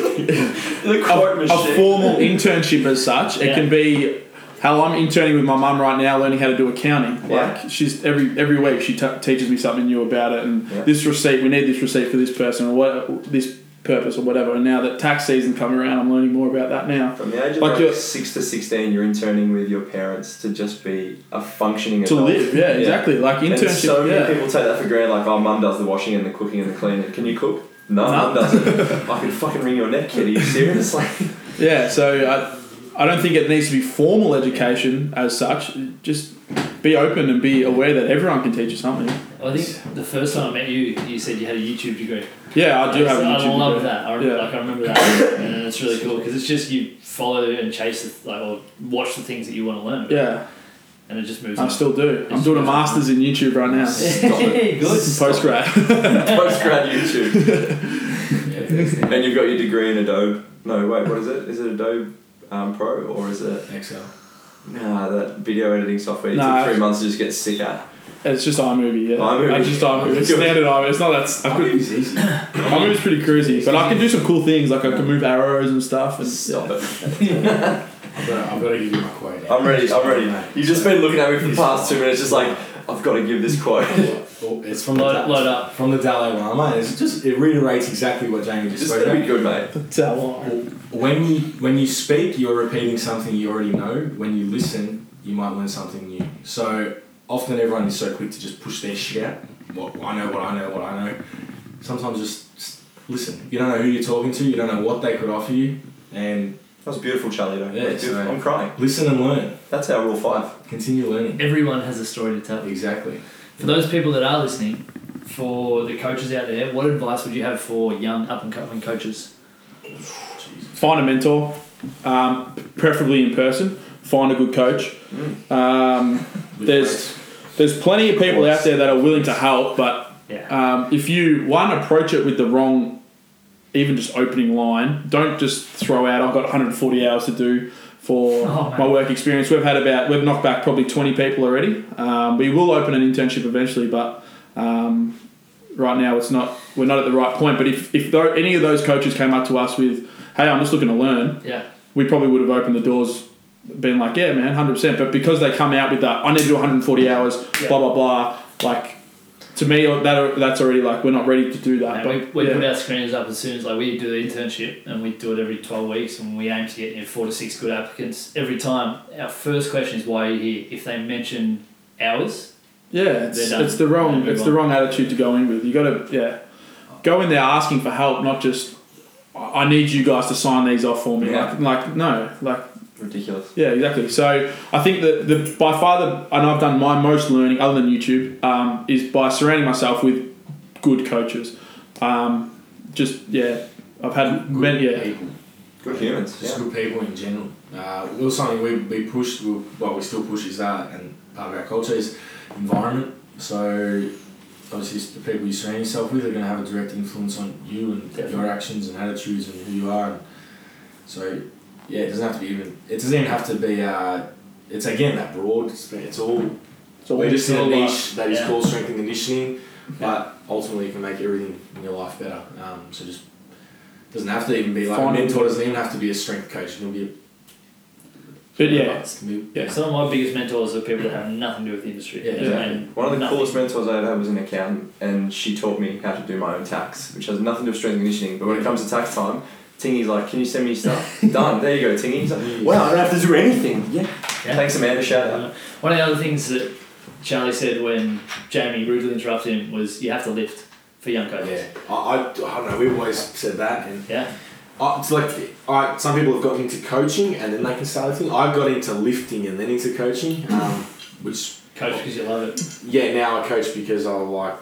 The quote
a, a formal internship as such. It
Yeah.
can be, hell, I'm interning with my mum right now, learning how to do accounting.
Yeah.
Like she's every every week she t- teaches me something new about it, and
Yeah.
this receipt we need this receipt for this person or what this purpose or whatever. And now that tax season come around, I'm learning more about that now.
From the age of
Like
like
you're-
six to sixteen, you're interning with your parents to just be a functioning
To
adult.
live, yeah, exactly. Like
And
internship,
so many
yeah.
people take that for granted. Like, oh, mum does the washing and the cooking and the cleaning. Can you cook? No,
No.
mum doesn't. I could fucking wring your neck, kid. Are you serious? Like,
Yeah, so I, I don't think it needs to be formal education as such. Just be open and be aware that everyone can teach you something.
I think the first time I met you, you said you had a YouTube degree.
Yeah, I do have a
I
YouTube
love
degree.
that. I,
Yeah.
Like I remember that, and it's really cool because it's just you follow and chase the, like or watch the things that you want to learn.
Yeah,
and it just moves.
I
on.
still do. I'm doing a master's in YouTube right now.
Stop it.
Good.
Post grad.
post grad YouTube,
Yeah,
and you've got your degree in Adobe. No, wait, what is it? Is it Adobe um, Pro or is it?
Excel.
Nah, that video editing software. You
Nah.
took three months to just get sick at.
it's just iMovie, yeah.
iMovie.
It's just iMovie. It's standard iMovie. It's not that. I
I
could,
think it's easy.
iMovie's pretty crazy, but I can do some cool things. Like I can move arrows and stuff. And,
Stop it.
I've got, to, I've got to give you my quote.
I'm ready. I'm ready. You've just been looking at me for the past two minutes, just like I've got to give this quote.
Well, it's from the,
Load,
Da-
load up.
from the Dalai Lama. and It's just it reiterates exactly what Jamie just
Just
spoke
let me
about.
good, mate.
Tell what-
When you when you speak, you're repeating something you already know. When you listen, you might learn something new. So often everyone is so quick to just push their shit out. What I know, what I know, what I know. Sometimes just, just listen. You don't know who you're talking to. You don't know what they could offer you, and
That was beautiful, Charlie. Though.
Yeah,
That was beautiful.
so-
I'm crying.
listen and learn.
That's our rule five.
Continue learning.
Everyone has a story to tell.
Exactly.
For those people that are listening, for the coaches out there, what advice would you have for young up and coming coaches?
Find a mentor, um, preferably in person. Find a good coach.
Mm.
Um,
With
There's- there's plenty of people out there that are willing to help, but
Yeah.
um, if you one approach it with the wrong even just opening line don't just throw out i've got 140 hours to do for
Oh, man.
my work experience we've had about we've knocked back probably 20 people already um, we will open an internship eventually but um, right now it's not we're not at the right point but if, if though any of those coaches came up to us with hey i'm just looking to learn
Yeah.
we probably would have opened the doors, been like, yeah, man, hundred percent. But because they come out with that, I need to do one hundred and forty hours,
Yeah.
blah blah blah. Like to me, uh, that that's already like we're not ready to do
And
that. but
we we
yeah.
put our screeners up as soon as like we do the internship and we do it every twelve weeks and we aim to get you know, four to six good applicants every time. Our first question is why are you here? If they mention hours,
yeah, it's,
They're done.
it's the wrong
They move
it's the
on.
wrong attitude to go in with. You got to yeah, go in there asking for help, not just I I need you guys to sign these off for me.
Yeah.
Like like no, like.
Ridiculous.
Yeah, exactly. So I think that the by far the and I've done my most learning other than YouTube um, is by surrounding myself with good coaches. Um, just yeah, I've had
Good
many. Yeah,
people.
Good humans.
Just
Yeah.
good people in general. Uh, it was something we, we pushed, we, well, we still push is that, and part of our culture is environment. So, obviously, it's the people you surround yourself with are going to have a direct influence on you and
Definitely.
your actions and attitudes and who you are. And so, yeah, it doesn't have to be even, it doesn't even have to be, uh, it's again that broad, it's, it's all,
so
we're just in a
all like-
niche that is
Yeah.
called strength and conditioning, but ultimately you can make everything in your life better. Um, so just doesn't have to even be like
Find-
a mentor doesn't even have to be a strength coach. It can be a
But yeah,
it can be-
Yeah.
some of my biggest mentors are people that have nothing to do with the industry.
Yeah,
They
yeah.
mean
One of the
nothing.
coolest mentors I ever had was an accountant, and she taught me how to do my own tax, which has nothing to do with strength and conditioning. But when it comes to tax time, Tingy's like, "Can you send me your stuff?" Done. There you go, Tingy. He's like, "Wow, I don't have to do anything." Yeah.
Yeah.
Thanks, Amanda. Shout out.
Uh, One of the other things that Charlie said when Jamie rudely interrupted him was you have to lift for young coaches.
Yeah, I, I, I don't know. We've always said that, and
Yeah.
I, it's like I, some people have gotten into coaching and then they can start lifting. I got into lifting and then into coaching, um, which
Coach because you love it.
yeah, now I coach because I like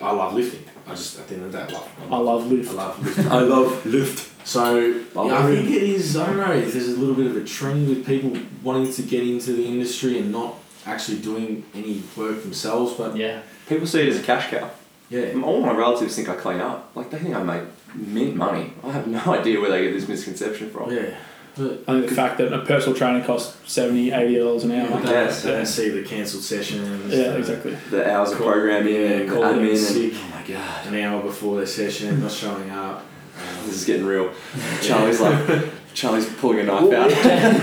I love lifting. I just at the end of the day, I love.
I love
I
lift.
love lifting.
I love lift.
So
Love
yeah, I
it.
think it is. I don't know. if There's a little bit of a trend with people wanting to get into the industry and not actually doing any work themselves, but
Yeah.
People see it as a cash cow.
Yeah.
All my relatives think I clean up. Like they think I make mint money. I have no idea where they get this misconception from.
Yeah. But
And the fact that a personal trainer costs 70 dollars an hour.
they
Yeah. Yes.
don't see the cancelled sessions.
Yeah,
uh,
exactly.
The hours of
Call-
programming
yeah,
and
calling in
admin.
sick.
And, oh my god,
An hour before their session, not showing up.
this is getting real. Charlie's like, Charlie's pulling a knife
Well,
out.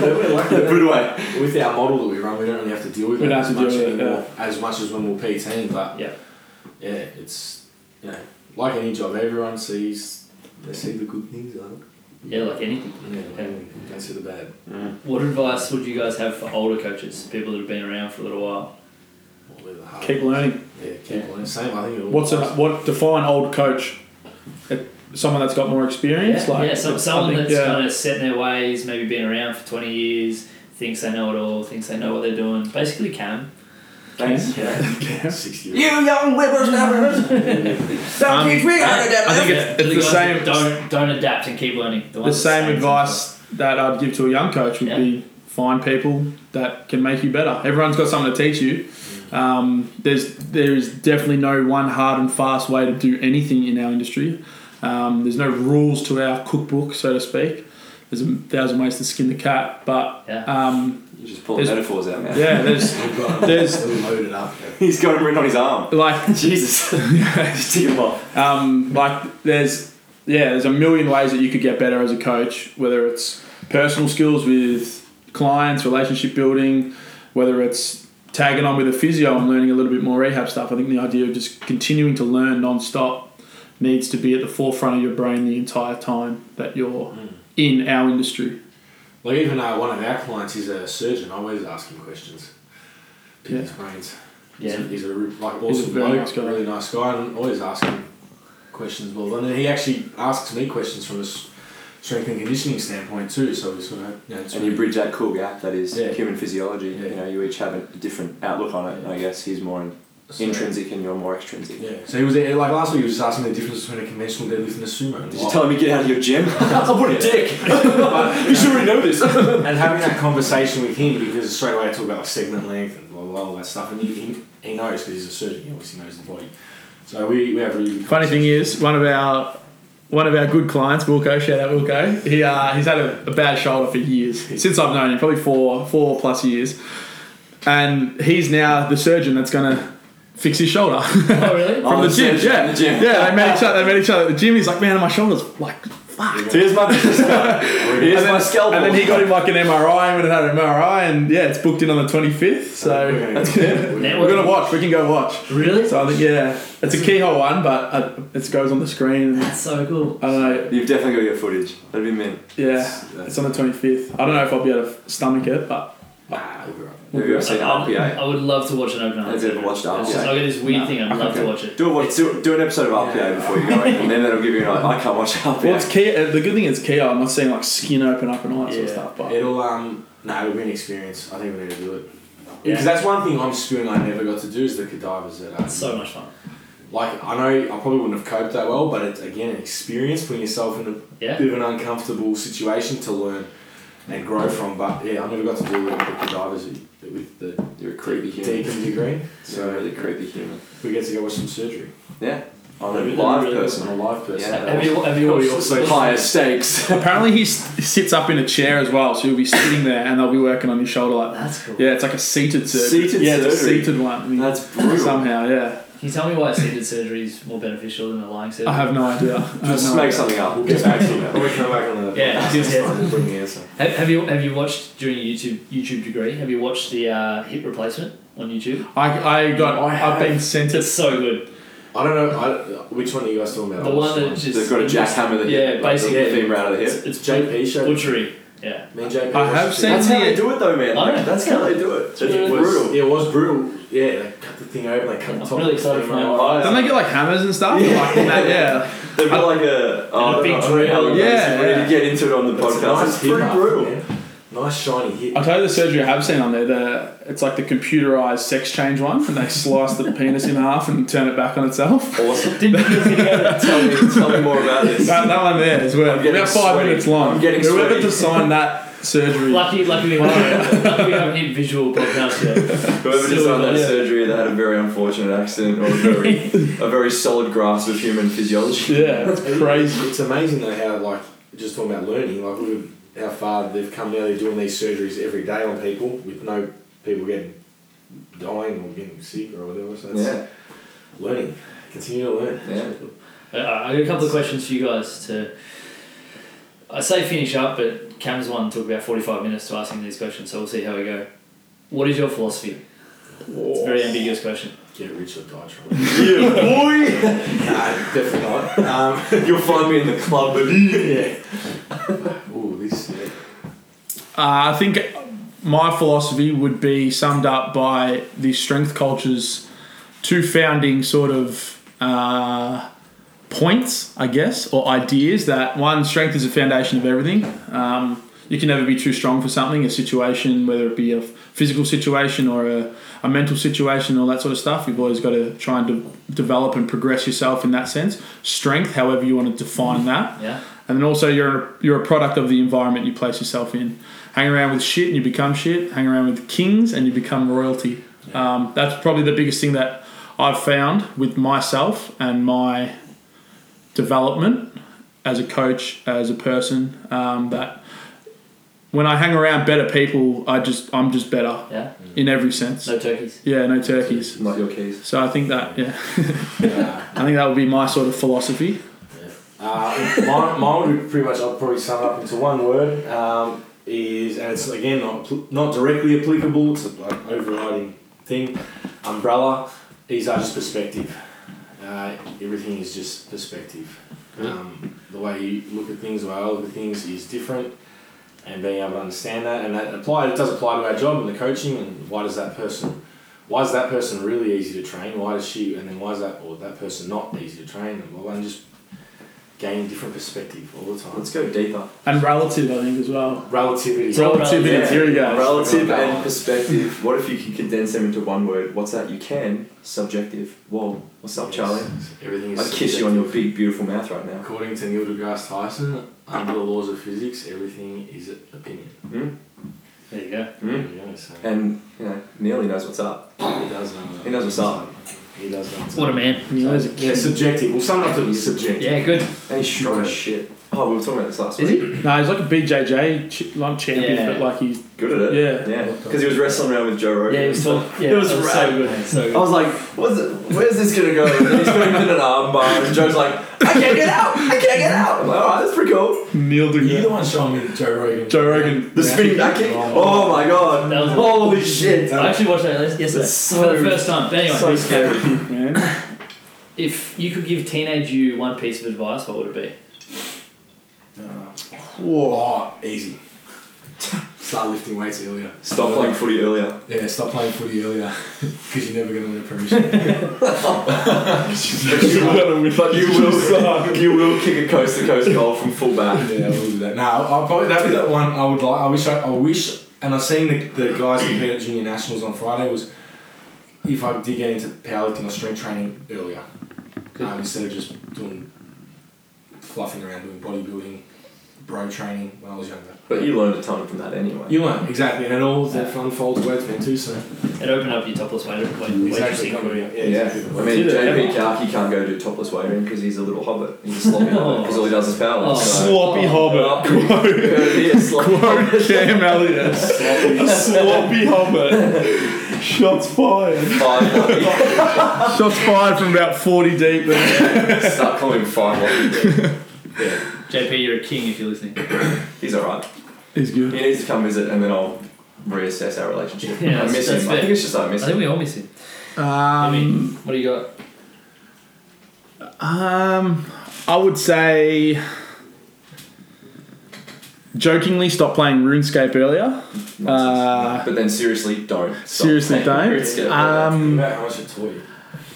we're lucky that
Put it away.
with our model that we run, we don't really have to deal with
We
it
don't
as
have to
much
deal with it,
anymore, as much as when we're PTing. But
Yeah.
yeah, it's you know like any job, everyone sees they see the good things. I think.
Yeah, like anything.
Yeah, they don't see the bad.
What advice would you guys have for older coaches, people that have been around for a little while?
What were the hard
Keep learning.
Yeah, keep learning. Same. I think. it all
What's a,
applies.
what define old coach? Uh, Someone that's got more experience,
yeah,
like
yeah, so,
I
someone
think,
that's
yeah.
kind of set in their ways, maybe been around for 20 years, thinks they know it all, thinks they know what they're doing. Basically, Cam.
Thanks.
Yeah, sixty.
young whippersnappers! Don't
Um, teach
me
how to
I think
Yeah,
it's,
the
it's the
guys that
same.
Don't don't adapt and keep learning.
The
ones that
same
stay
advice that I'd give to a young coach would
Yeah.
be find people that can make you better. Everyone's got something to teach you. Um, there's there is definitely no one hard and fast way to do anything in our industry. Um, there's no rules to our cookbook, so to speak. There's a thousand ways to skin the cat, but
Yeah.
um,
You're just pulling
There's-
metaphors out, man.
yeah, there's
We've got
There's-
we're loaded up. yeah.
He's got him written on his arm.
like
Jesus. just tick him off.
um, like there's yeah there's a million ways that you could get better as a coach whether it's personal skills with clients relationship building whether it's tagging on with a physio and learning a little bit more rehab stuff i think the idea of just continuing to learn non-stop needs to be at the forefront of your brain the entire time that you're Hmm. in our industry
Like even uh, one of our clients is a surgeon. I always ask him questions. Pick his brains.
Yeah.
He's a, he's a re- like
He's a
awesome
very
bloke,
nice guy.
really nice guy, and always ask him questions. Well, and he actually asks me questions from a s- strength and conditioning standpoint too. So it's sort of you know, it's
And you
really-
bridge that cool gap that is
Yeah.
human physiology.
Yeah.
You know, you each have a different outlook on it. and I guess he's more in-
so-
intrinsic and you're more extrinsic.
Yeah. So he was like last week. He was just asking the difference between a conventional deadlift and a sumo. And
Did
why-
you tell him to get out of your gym? what a dick! you should already know this.
and having that conversation with him because straight away I talk about like segment length and blah blah, blah all that stuff, and he, he, he knows because he's a surgeon. He obviously knows the body. So we, we have a really good
Funny thing is, one of our one of our good clients, Wilco, shout out Wilco. He uh, he's had a, a bad shoulder for years since I've known him, probably four four plus years, and he's now the surgeon that's gonna fix his shoulder
consistent. Oh, really?
from the
the
gym.
surgeon
Yeah,
in the gym.
yeah. They met each other. They met each other at the gym. He's like, man, my shoulder's like. fucked."
Here's my business card. Here's
And then-
my scalpel.
And then he got him like an MRI. and Went and had an MRI, and yeah, it's booked in on the twenty fifth. So
That's good.
Network-
we're gonna watch. We can go watch.
Really?
So I think yeah, it's a keyhole one, but uh, it goes on the screen.
That's so cool.
I don't know.
You've definitely got your footage. That'd be mint.
Yeah, it's uh, on the 25th. I don't know if I'll be able to stomach it, but
Nah, we'll be right.
Have you ever seen
Like, I,
RPA?
I would love to watch an open
Has
It's
anyone watched
just-
RPA?
I get this weird thing. I'd love to
Okay.
watch it.
Do, a, watch- do, do an episode of RPA
Yeah.
before you go in, and then that'll give you an idea. I can't watch RPA.
well, it's key. uh, The good thing is key. I'm not seeing like skin open up and all that sort of
Yeah.
stuff. But
It'll um no, it'll be an experience. I think we need to do it
Yeah.
because that's one thing I'm spewing I never got to do is the cadavers that um, are
It's so much fun.
like I know I probably wouldn't have coped that well, but it's again an experience putting yourself in a
Yeah.
bit of an uncomfortable situation to learn and grow from. But yeah, I never got to do the, the cadavers with- with the
You're a creepy human.
deacon degree,
You're a
so
really creepy human.
we get to go watch some surgery
Yeah. I'm a
Really,
live
really
on
person.
a live person.
Yeah.
Have you, have you
Probably
watched
also
Higher stakes.
apparently he s- sits up in a chair as well, so he'll be sitting there and they'll be working on his shoulder like that.
That's cool.
Yeah, it's like a seated surgery.
Seated
yeah, it's a
surgery.
seated one. I mean,
That's brutal.
somehow, yeah.
Can you tell me why seated surgery is more beneficial than a lying surgery?
I have no idea. I have
Just
no
make
idea.
something up.
We'll get back to you. We'll come back on the
Yeah,
podcast
yeah.
next time and bring the answer.
Have, have you have you watched during your YouTube YouTube degree? Have you watched the uh, hip replacement on YouTube?
I, I got.
I
I've been sent it.
It's so good.
I don't know I, which one are you guys talking about?
The
I watched
one that just
They've got a jackhammer that
Yeah,
hit, like,
basically.
the femur out of the hip.
It's, it's
JP showed
butchery. Yeah.
Me and JP
I
watched
have
it.
seen-
That's how they do it though, man.
I know.
That's how they do it. It's
It was
brutal.
It was brutal. Yeah, they cut the thing open. They cut
I'm
the top.
really
of the
excited
thing
for my
open.
eyes.
Don't they get like hammers and stuff? Yeah. Like, in that, yeah.
They've got like a, oh,
And a
I
big
don't know,
drill.
how we
Yeah,
really
yeah.
get into it on the
It's a
podcast.
nice
it's
hit
pretty
after,
brutal.
man. Nice shiny hit.
I'll tell you the surgery I have seen on there. The it's like the computerized sex change one, and they slice the penis in half and turn it back on itself.
Awesome.
Didn't think it was gonna go there.
tell me, tell me more about this.
That, that one there is worth
I'm getting
about five
sweaty.
minutes long.
I'm getting
Whoever
sweaty.
designed that surgery.
Lucky, lucky we, haven't, lucky we haven't hit visual podcast yet.
Whoever designed that surgery, they had a very unfortunate accident or a very, a very solid grasp of human physiology.
yeah, it's crazy.
It's amazing though how like just talking about learning, like look at how far they've come now. They're doing these surgeries every day on people with no people getting dying or getting sick or whatever. So it's
Yeah,
learning. Continue to learn.
yeah.
Uh, I got a couple of questions for you guys to. I say finish up, but Cam's one took about forty-five minutes to asking these questions, so we'll see how we go. What is your philosophy? It's a very ambiguous question.
Get rich or die trying.
boy!
nah, definitely not. Um,
You'll find me in the club, buddy.
yeah. Ooh, this. Yeah.
Uh, I think my philosophy would be summed up by the strength culture's two founding sort of uh, points, I guess, or ideas that one, strength is the foundation of everything. Um, you can never be too strong for something, a situation, whether it be a physical situation or a, a mental situation, all that sort of stuff. You've always got to try and de- develop and progress yourself in that sense. Strength, however you want to define that
Yeah.
and then also you're you're a product of the environment you place yourself in. Hang around with shit and you become shit. Hang around with kings and you become royalty. Um, that's probably the biggest thing that I've found with myself and my development as a coach, as a person. Um, that when I hang around better people, I just I'm just better
Yeah.
in every sense.
No turkeys.
Yeah, no turkeys.
Not your keys.
So I think that yeah,
Nah.
I think that would be my sort of philosophy.
Uh, mine, mine would be pretty much, I'll probably sum up into one word. Um, is and it's again not pl- not directly applicable. It's an like, overriding thing. Umbrella is uh, just perspective. Uh, everything is just perspective. Um, the way you look at things, the way I look at things, is different. And being able to understand that and that apply it does apply to our job and the coaching and why does that person why is that person really easy to train? Why does she and then why is that or that person not easy to train? And well, and just gain different perspective all the time.
Let's go deeper.
And relative, I think, as well.
Relativity.
Relativity,
Yeah.
here we go.
Relative and perspective. What if you could condense them into one word? What's that? You can. Subjective. Whoa. What's up,
Yes.
Charlie?
Everything is.
I'd kiss you on your big, beautiful mouth right now.
According to Neil deGrasse Tyson, under the laws of physics, everything is opinion.
Mm?
There you go.
There
Mm?
you go, so
And, you know, Neil, he knows what's up.
he does know.
He knows what's up.
He does know. what's
What a
up.
man.
So, yeah, subjective. We'll sum it up to subjective.
Yeah, good.
And he's strong as shit. Oh, we were talking about this last
Is
week.
he?
No, he's like a BJJ ch- like champion,
Yeah.
but like he's
Good at it.
yeah.
Yeah. Because he was wrestling around with Joe Rogan.
Yeah, he was talking. Yeah, it was,
was
so
rad.
good. So
I
good.
was like, What's it, where's this gonna go? And he's putting in an armbar, and Joe's like, I can't get out! I can't get out! I'm like, alright, that's pretty cool.
You're the
Milder.
one showing me Joe Rogan.
Joe Rogan.
The spinning back kick. Oh my god.
That was-
Holy shit.
I actually watched that last- yesterday
That's so-
for the first time. But anyway,
So scary.
Man.
if you could give teenage you one piece of advice, what would it
Whoa, Oh, easy. Start lifting weights earlier.
Stop playing footy earlier.
Yeah, stop playing footy earlier because you're never going to win a premiership.
But you will, but you will, you will kick a coast to coast goal from full back.
yeah, we'll do that. No, I'll probably that'd be that one I would like. I wish I, I wish, and I've seen the, the guys compete at junior nationals on Friday was if I did get into powerlifting or strength training earlier, um, instead of just doing fluffing around doing bodybuilding, bro training when I was younger.
But you learned a ton from that anyway.
You learn exactly, and it all that unfolds where it's meant to. So
be? It opened up your topless weight weight,
exactly,
weightlifting
come
career.
here. yeah,
Yeah,
exactly.
I mean,
Did it
JP
ever?
Kaki can't go do topless weighting because he's a little hobbit. He's a sloppy hobbit because all he does is power.
Oh.
so.
Sloppy
Well,
hobbit. Quote.
he is sloppy.
Quote Cam Elliott. Sloppy hobbit. Shots fired.
Five lucky.
Shots fired from about 40 deep. There.
Start calling him five lucky.
JP, you're a king if you're listening.
He's alright.
He's good.
He needs to come visit and then I'll reassess our relationship.
Yeah,
I
that's-
miss
that's
him. I
fair.
think it's just I miss
I
him.
think we all miss him. I mean,
Um,
what do you got?
um, I would say. Jokingly, stop playing RuneScape earlier. Uh,
But then seriously, don't. Stop.
seriously,
It's
don't.
good.
Um,
About how much it taught you.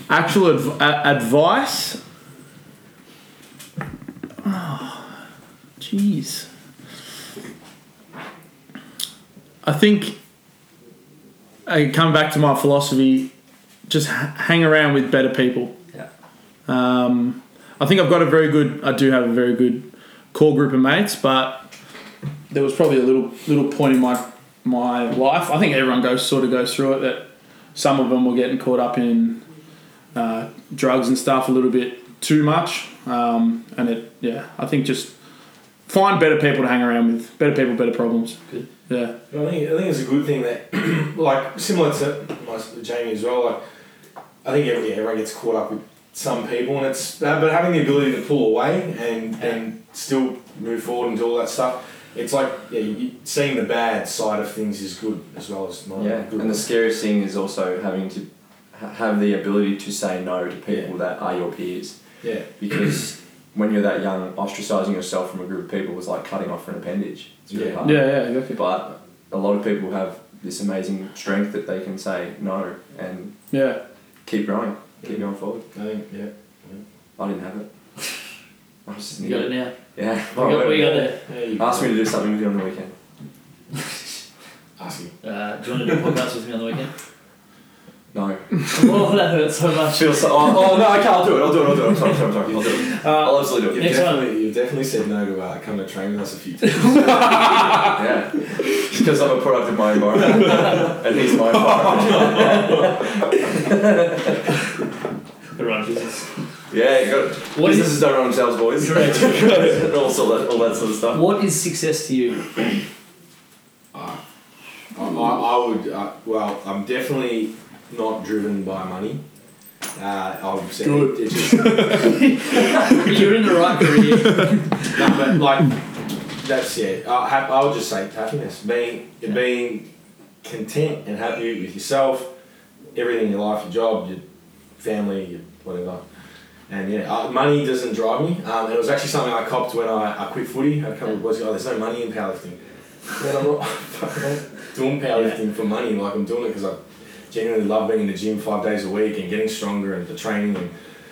Actual adv- a- advice. Oh, Jeez. I think I come back to my philosophy. Just h- hang around with better people.
Yeah.
Um, I think I've got a very good. I do have a very good core group of mates, but there was probably a little little point in my my life. I think everyone goes sort of goes through it that some of them were getting caught up in uh, drugs and stuff a little bit too much, um, and it yeah. I think just find better people to hang around with. Better people, better problems.
Good.
Yeah.
I think, I think it's a good thing that, like, similar to my, Jamie as well, like, I think every, yeah, everyone gets caught up with some people, and it's uh, but having the ability to pull away and, and still move forward and do all that stuff. It's like yeah, you, seeing the bad side of things is good as well as not
Yeah,
good.
and the scariest thing is also having to ha- have the ability to say no to people that are your peers.
yeah,
Because when you're that young, ostracizing yourself from a group of people is like cutting off an appendage. It's really
Yeah.
hard.
Yeah. Yeah. Exactly.
But a lot of people have this amazing strength that they can say no and
Yeah.
keep growing, keep going forward.
I think yeah.
I didn't have it. I was just an
You got it
idiot.
now.
Yeah.
We got, we got it.
Yeah, you
Ask me to do something with you on the weekend.
Ask him.
Uh, do you want to do a podcast with me on the weekend?
No.
oh, that hurts so
I
much.
feel so. Oh, oh, no, I can't. I'll do it. I'll do it. I'll do it. I'm sorry. I'm sorry. I'm sorry. I'll do it.
Uh,
I'll absolutely do it.
You've
Next
definitely, you've definitely said no to uh, come to train with us a few times.
Yeah. Because I'm a product of my environment. and he's my environment.
The run business.
Yeah, you got it.
What is-
Businesses don't run themselves, boys.
Correct.
and all, sort of, all that sort of stuff.
What is success to you?
I, I I would, uh, well, I'm definitely not driven by money. Uh, I would say
Good.
It, it just, no,
You're in the right career.
but like, that's it. I, hap- I would just say happiness. Being, being content and happy with yourself, everything in your life, your job, your family, your whatever. And yeah, uh, money doesn't drive me. Um, and it was actually something I copped when I, I quit footy. I come boys go, oh, there's no money in powerlifting. And I'm not fucking doing powerlifting for money. Like I'm doing it because I genuinely love being in the gym five days a week and getting stronger and the training.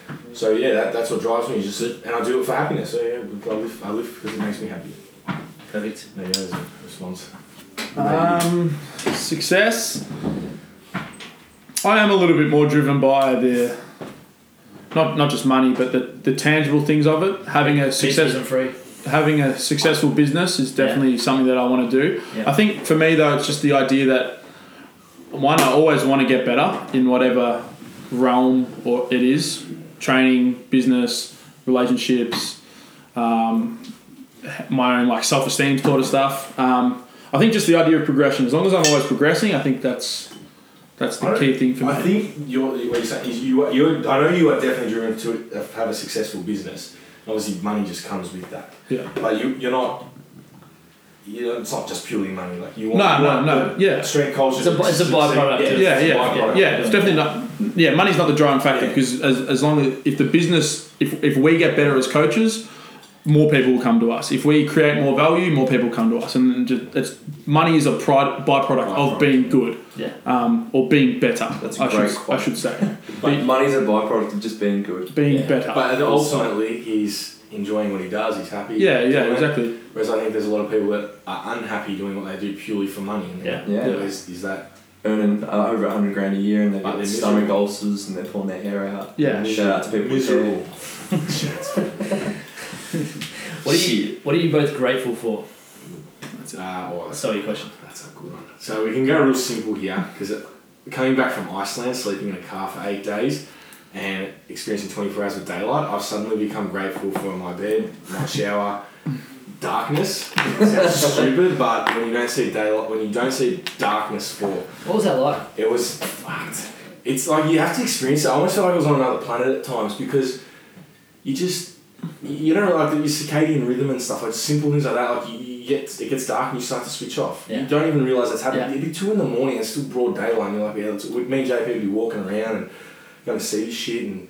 And so yeah, that, that's what drives me. Is just and I do it for happiness. So yeah, I live I live because it makes me happy.
Perfect.
There you go. There's a response.
um, success. I am a little bit more driven by the. Not, not just money, but the, the tangible things of it. Having a
Success
success,
isn't free.
having a successful business is definitely something that I want to do.
Yeah.
I think for me though, it's just the idea that one, I always want to get better in whatever realm or it is, training, business, relationships, um, my own like self esteem sort of stuff. Um, I think just the idea of progression. As long as I'm always progressing, I think that's that's the
I-
key thing for me.
I think you're, what you're saying is you, are- you're, I know you are definitely driven to uh, have a successful business. Obviously, money just comes with that.
Yeah.
But you, you're not, you know, it's not just purely money. Like you want,
no,
you
no, no.
want
Yeah.
Strength culture.
It's a bu- it's a
to-
byproduct,
yeah,
Yeah, it's a
yeah,
byproduct.
yeah. It's definitely not. Yeah, money's not the driving factor
Yeah.
because as, as long as if the business, if, if we get better as coaches, more people will come to us. If we create more value, more people come to us, and then just, it's money is a pride, byproduct of
Byproduct,
being good
Yeah.
um, or being better.
That's a
I
great
should
quote.
I should say
But money's a byproduct of just being good.
being
Yeah.
better.
But ultimately, he's enjoying what he does. He's happy.
yeah, yeah,
Doing it.
exactly.
Whereas I think there's a lot of people that are unhappy doing what they do purely for money. And
Yeah.
Yeah.
Is, is that
Earning uh, over 100 grand a year and they've
Like
got
they're
stomach
miserable.
ulcers and they're pulling their hair out.
Yeah.
Shout out to people who
miserable?
What are you What are you both grateful for?
Ah, well,
Sorry, your question.
That's a good one. So we can go real simple here because coming back from Iceland, sleeping in a car for eight days, and experiencing 24 hours of daylight, I've suddenly become grateful for my bed, my shower, darkness. It sounds stupid, but when you don't see daylight, when you don't see darkness for
What was that like?
it was fucked. It's like you have to experience it. I almost felt like I was on another planet at times because you just you don't like your circadian rhythm and stuff like simple things like that. Like you, you get it gets dark and you start to switch off.
Yeah.
You don't even realize that's happening.
Yeah.
It'd be two in the morning. It's still broad daylight. And you're like, yeah, it's, with me and JP would be walking around and going to see shit and.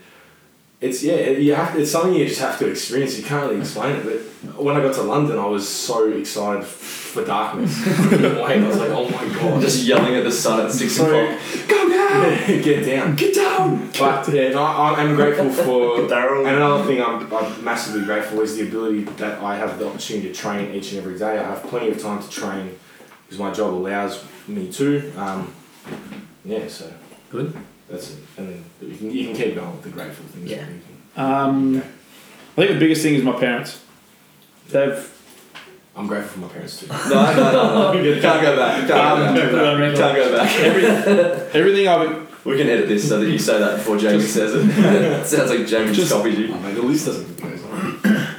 It's yeah, it- you have. It's something you just have to experience. You can't really explain it. But when I got to London, I was so excited for darkness. I was like, oh my god,
Just yelling at the sun at 6
Sorry.
o'clock. Go now!
get down.
Get down!
But yeah, no, I, I'm grateful for.
Daryl.
and another thing I'm, I'm massively grateful is the ability that I have the opportunity to train each and every day. I have plenty of time to train because my job allows me to. Um, yeah, so
Good.
that's it. And then you can, you can keep going with the grateful things.
Yeah.
Um, I think the biggest thing is my parents. They've
I'm grateful for my parents too.
No, no, no, no. Can't go back. Can't go back. Can't go back.
Um, Everything I've
We can edit this so that you say that before Jamie says it. Sounds like Jamie just copied you.
Like, the list doesn't compose.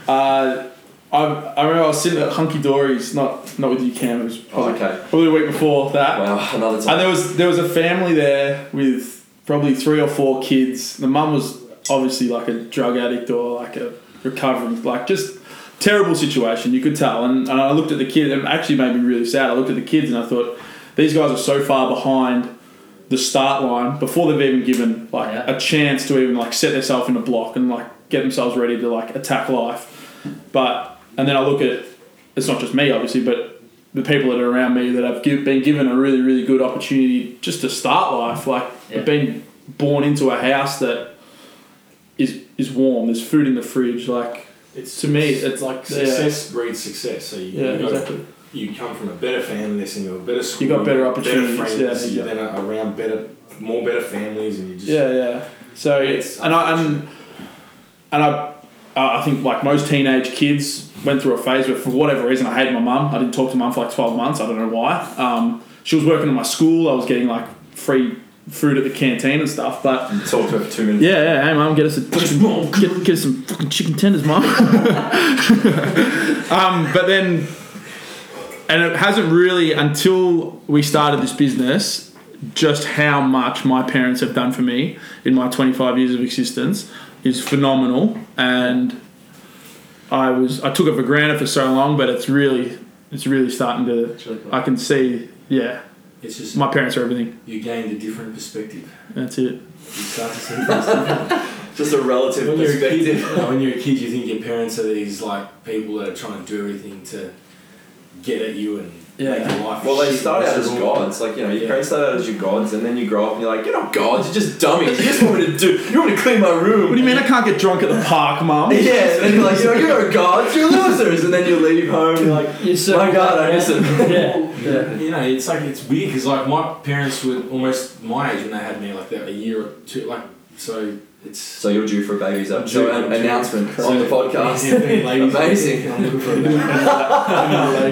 uh, I, I remember I was sitting at Hunky Dory's, not not with you, Cam. It was
Oh,
probably,
okay.
probably the week before that.
Wow, another
And
time.
there was there was a family there with probably three or four kids. The mum was obviously like a drug addict or like a recovering, like just terrible situation. You could tell. And, and I looked at the kid. It actually made me really sad. I looked at the kids and I thought these guys are so far behind the start line before they've even given like
Yeah.
a chance to even like set themselves in a block and like get themselves ready to like attack life. But and then I look at it's not just me obviously, but the people that are around me that have give, been given a really, really good opportunity just to start life. Like,
Yeah.
I've been born into a house that is is warm. There's food in the fridge. Like,
It's
To me, it's
like
yeah.
success breeds success. So you,
yeah,
you, got,
exactly.
you come from a better family, this and you're a better school.
got better opportunities,
Better
yeah,
friends.
yeah.
You're then a- around better, more better families, and you just
Yeah, yeah. So,
It's
and I and and I, uh, I think like most teenage kids went through a phase where for whatever reason I hated my mum. I didn't talk to mum for like twelve months. I don't know why. Um, she was working at my school. I was getting like free food at the canteen and stuff, but.
Talk to her for two minutes.
Yeah, yeah, hey mom, get us a chicken, get, get us some fucking chicken tenders, mom. um, but then, and it hasn't really until we started this business, just how much my parents have done for me in my 25 years of existence is phenomenal, and I was I took it for granted for so long, but it's really it's really starting to
It's really cool.
I can see yeah
It's just
my parents are everything.
you gained a different perspective.
That's it.
You start to see things differently.
Just a relative
when you're a kid,
perspective.
you know, when you're a kid, you think your parents are these like people that are trying to do everything to get at you and
Yeah.
make your life.
Well, they
shit
start out as
miserable.
gods. Like, you know, your
Yeah.
parents start out as your gods, and then you grow up and you're like, you're not gods, you're just dummies. You just want me to do, you want me to clean my room.
What do you mean I can't get drunk at the park, mom?
Yeah, and then you're like, you know, you're no gods, you're losers. And then you leave home, you're like,
You're so
my god, I miss him.
uh, Yeah. yeah.
You know, it's like it's weird because like my parents were almost my age when they had me like that a year or two, like so it's.
So you're due for a baby's up. So an announcement
So-
on the podcast.
Yeah, ladies-
Amazing.
I'm looking for a baby.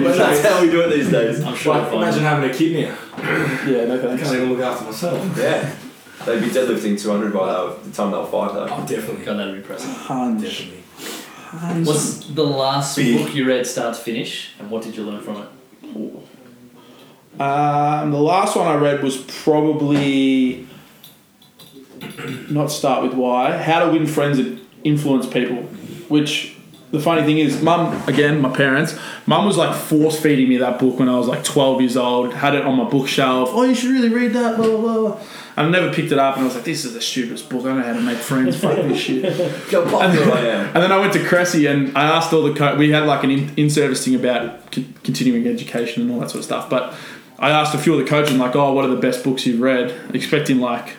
But that's how we do it these days.
I'm sure.
Like,
I'll find
imagine
it.
having a kid now.
Yeah, no
I
thanks.
can't even look after myself.
Yeah. They'd be deadlifting 200 by that- the time they'll fight, though.
Oh, definitely.
God, that'd be impressive.
Punch.
Definitely.
What's the last
Big.
book you read, start to finish, and what did you learn from it?
Um, the last one I read was probably not start with why. How to win friends and influence people. Which the funny thing is, mum again, my parents, mum was like force feeding me that book when I was like twelve years old. Had it on my bookshelf. Oh, you should really read that. Blah blah. blah. And I never picked it up, and I was like, this is the stupidest book. I don't know how to make friends. Fuck this shit.
Go popular I am.
And then I went to Cressy and I asked all the co- we had like an in- in-service thing about con- continuing education and all that sort of stuff. But I asked a few of the coaches like, "Oh, what are the best books you've read?" Expecting like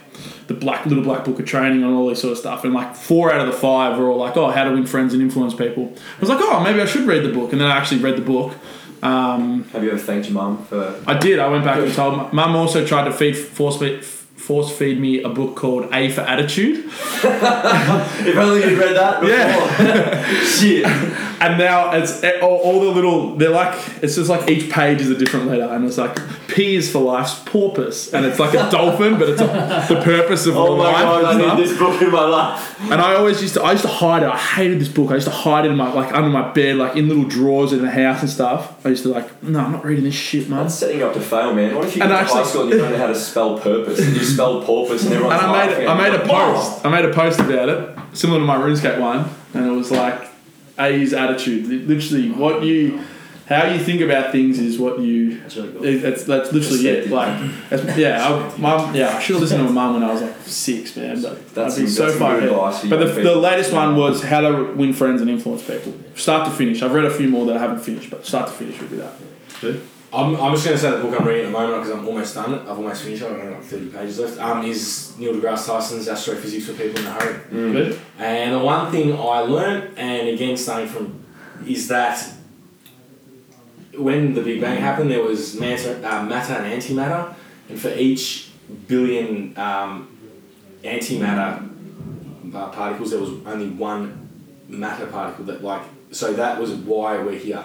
the black little black book of training and all this sort of stuff. And like four out of the five were all like, "Oh, how to win friends and influence people." I was like, "Oh, maybe I should read the book." And then I actually read the book. Um,
Have you ever thanked your mum for.
I did. I went back and told mum. Also tried to feed force feed, force feed me a book called A for Attitude.
If only you'd read that before.
Yeah.
Shit.
And now it's all, all the little they're like it's just like each page is a different letter, and it's like P is for life's porpoise, and it's like a dolphin, but it's a, the purpose of
Oh my
life.
god,
and,
I
stuff.
need this book in my life.
and I always used to I used to hide it. I hated this book. I used to hide it in my like under my bed, like in little drawers in the house and stuff. I used to like, no, I'm not reading this shit, man.
That's setting you up to fail, man. What if you
And
get to
actually-
high school and you don't know how to spell purpose? And you spell porpoise and everyone's
And I
laughing
made
at
I
you.
made a post. I made a post about it, similar to my RuneScape one, and it was like A's attitude. Li- Literally, what you, how you think about things is what you.
That's really cool.
it- That's that's literally it.
Perspective.
Like, that's, yeah, I, mum. Yeah, I should have listened to my mum when I was like six, man. But
That's
I'd be
some-
so
that's some
far
good
ahead.
advice for
But the,
young
the
people.
latest one was how to win friends and influence people, start to finish. I've read a few more that I haven't finished, but start to finish would be that.
I'm, I'm just going to say the book I'm reading at the moment because I'm almost done it. I've almost finished it. I've only got 30 pages left. Um, is Neil deGrasse Tyson's Astrophysics for People in a Hurry.
Mm.
Good.
And the one thing I learned, and again starting from, is that when the Big Bang happened, there was matter, uh, matter and antimatter, and for each billion um, antimatter uh, particles, there was only one matter particle that like. So that was why we're here.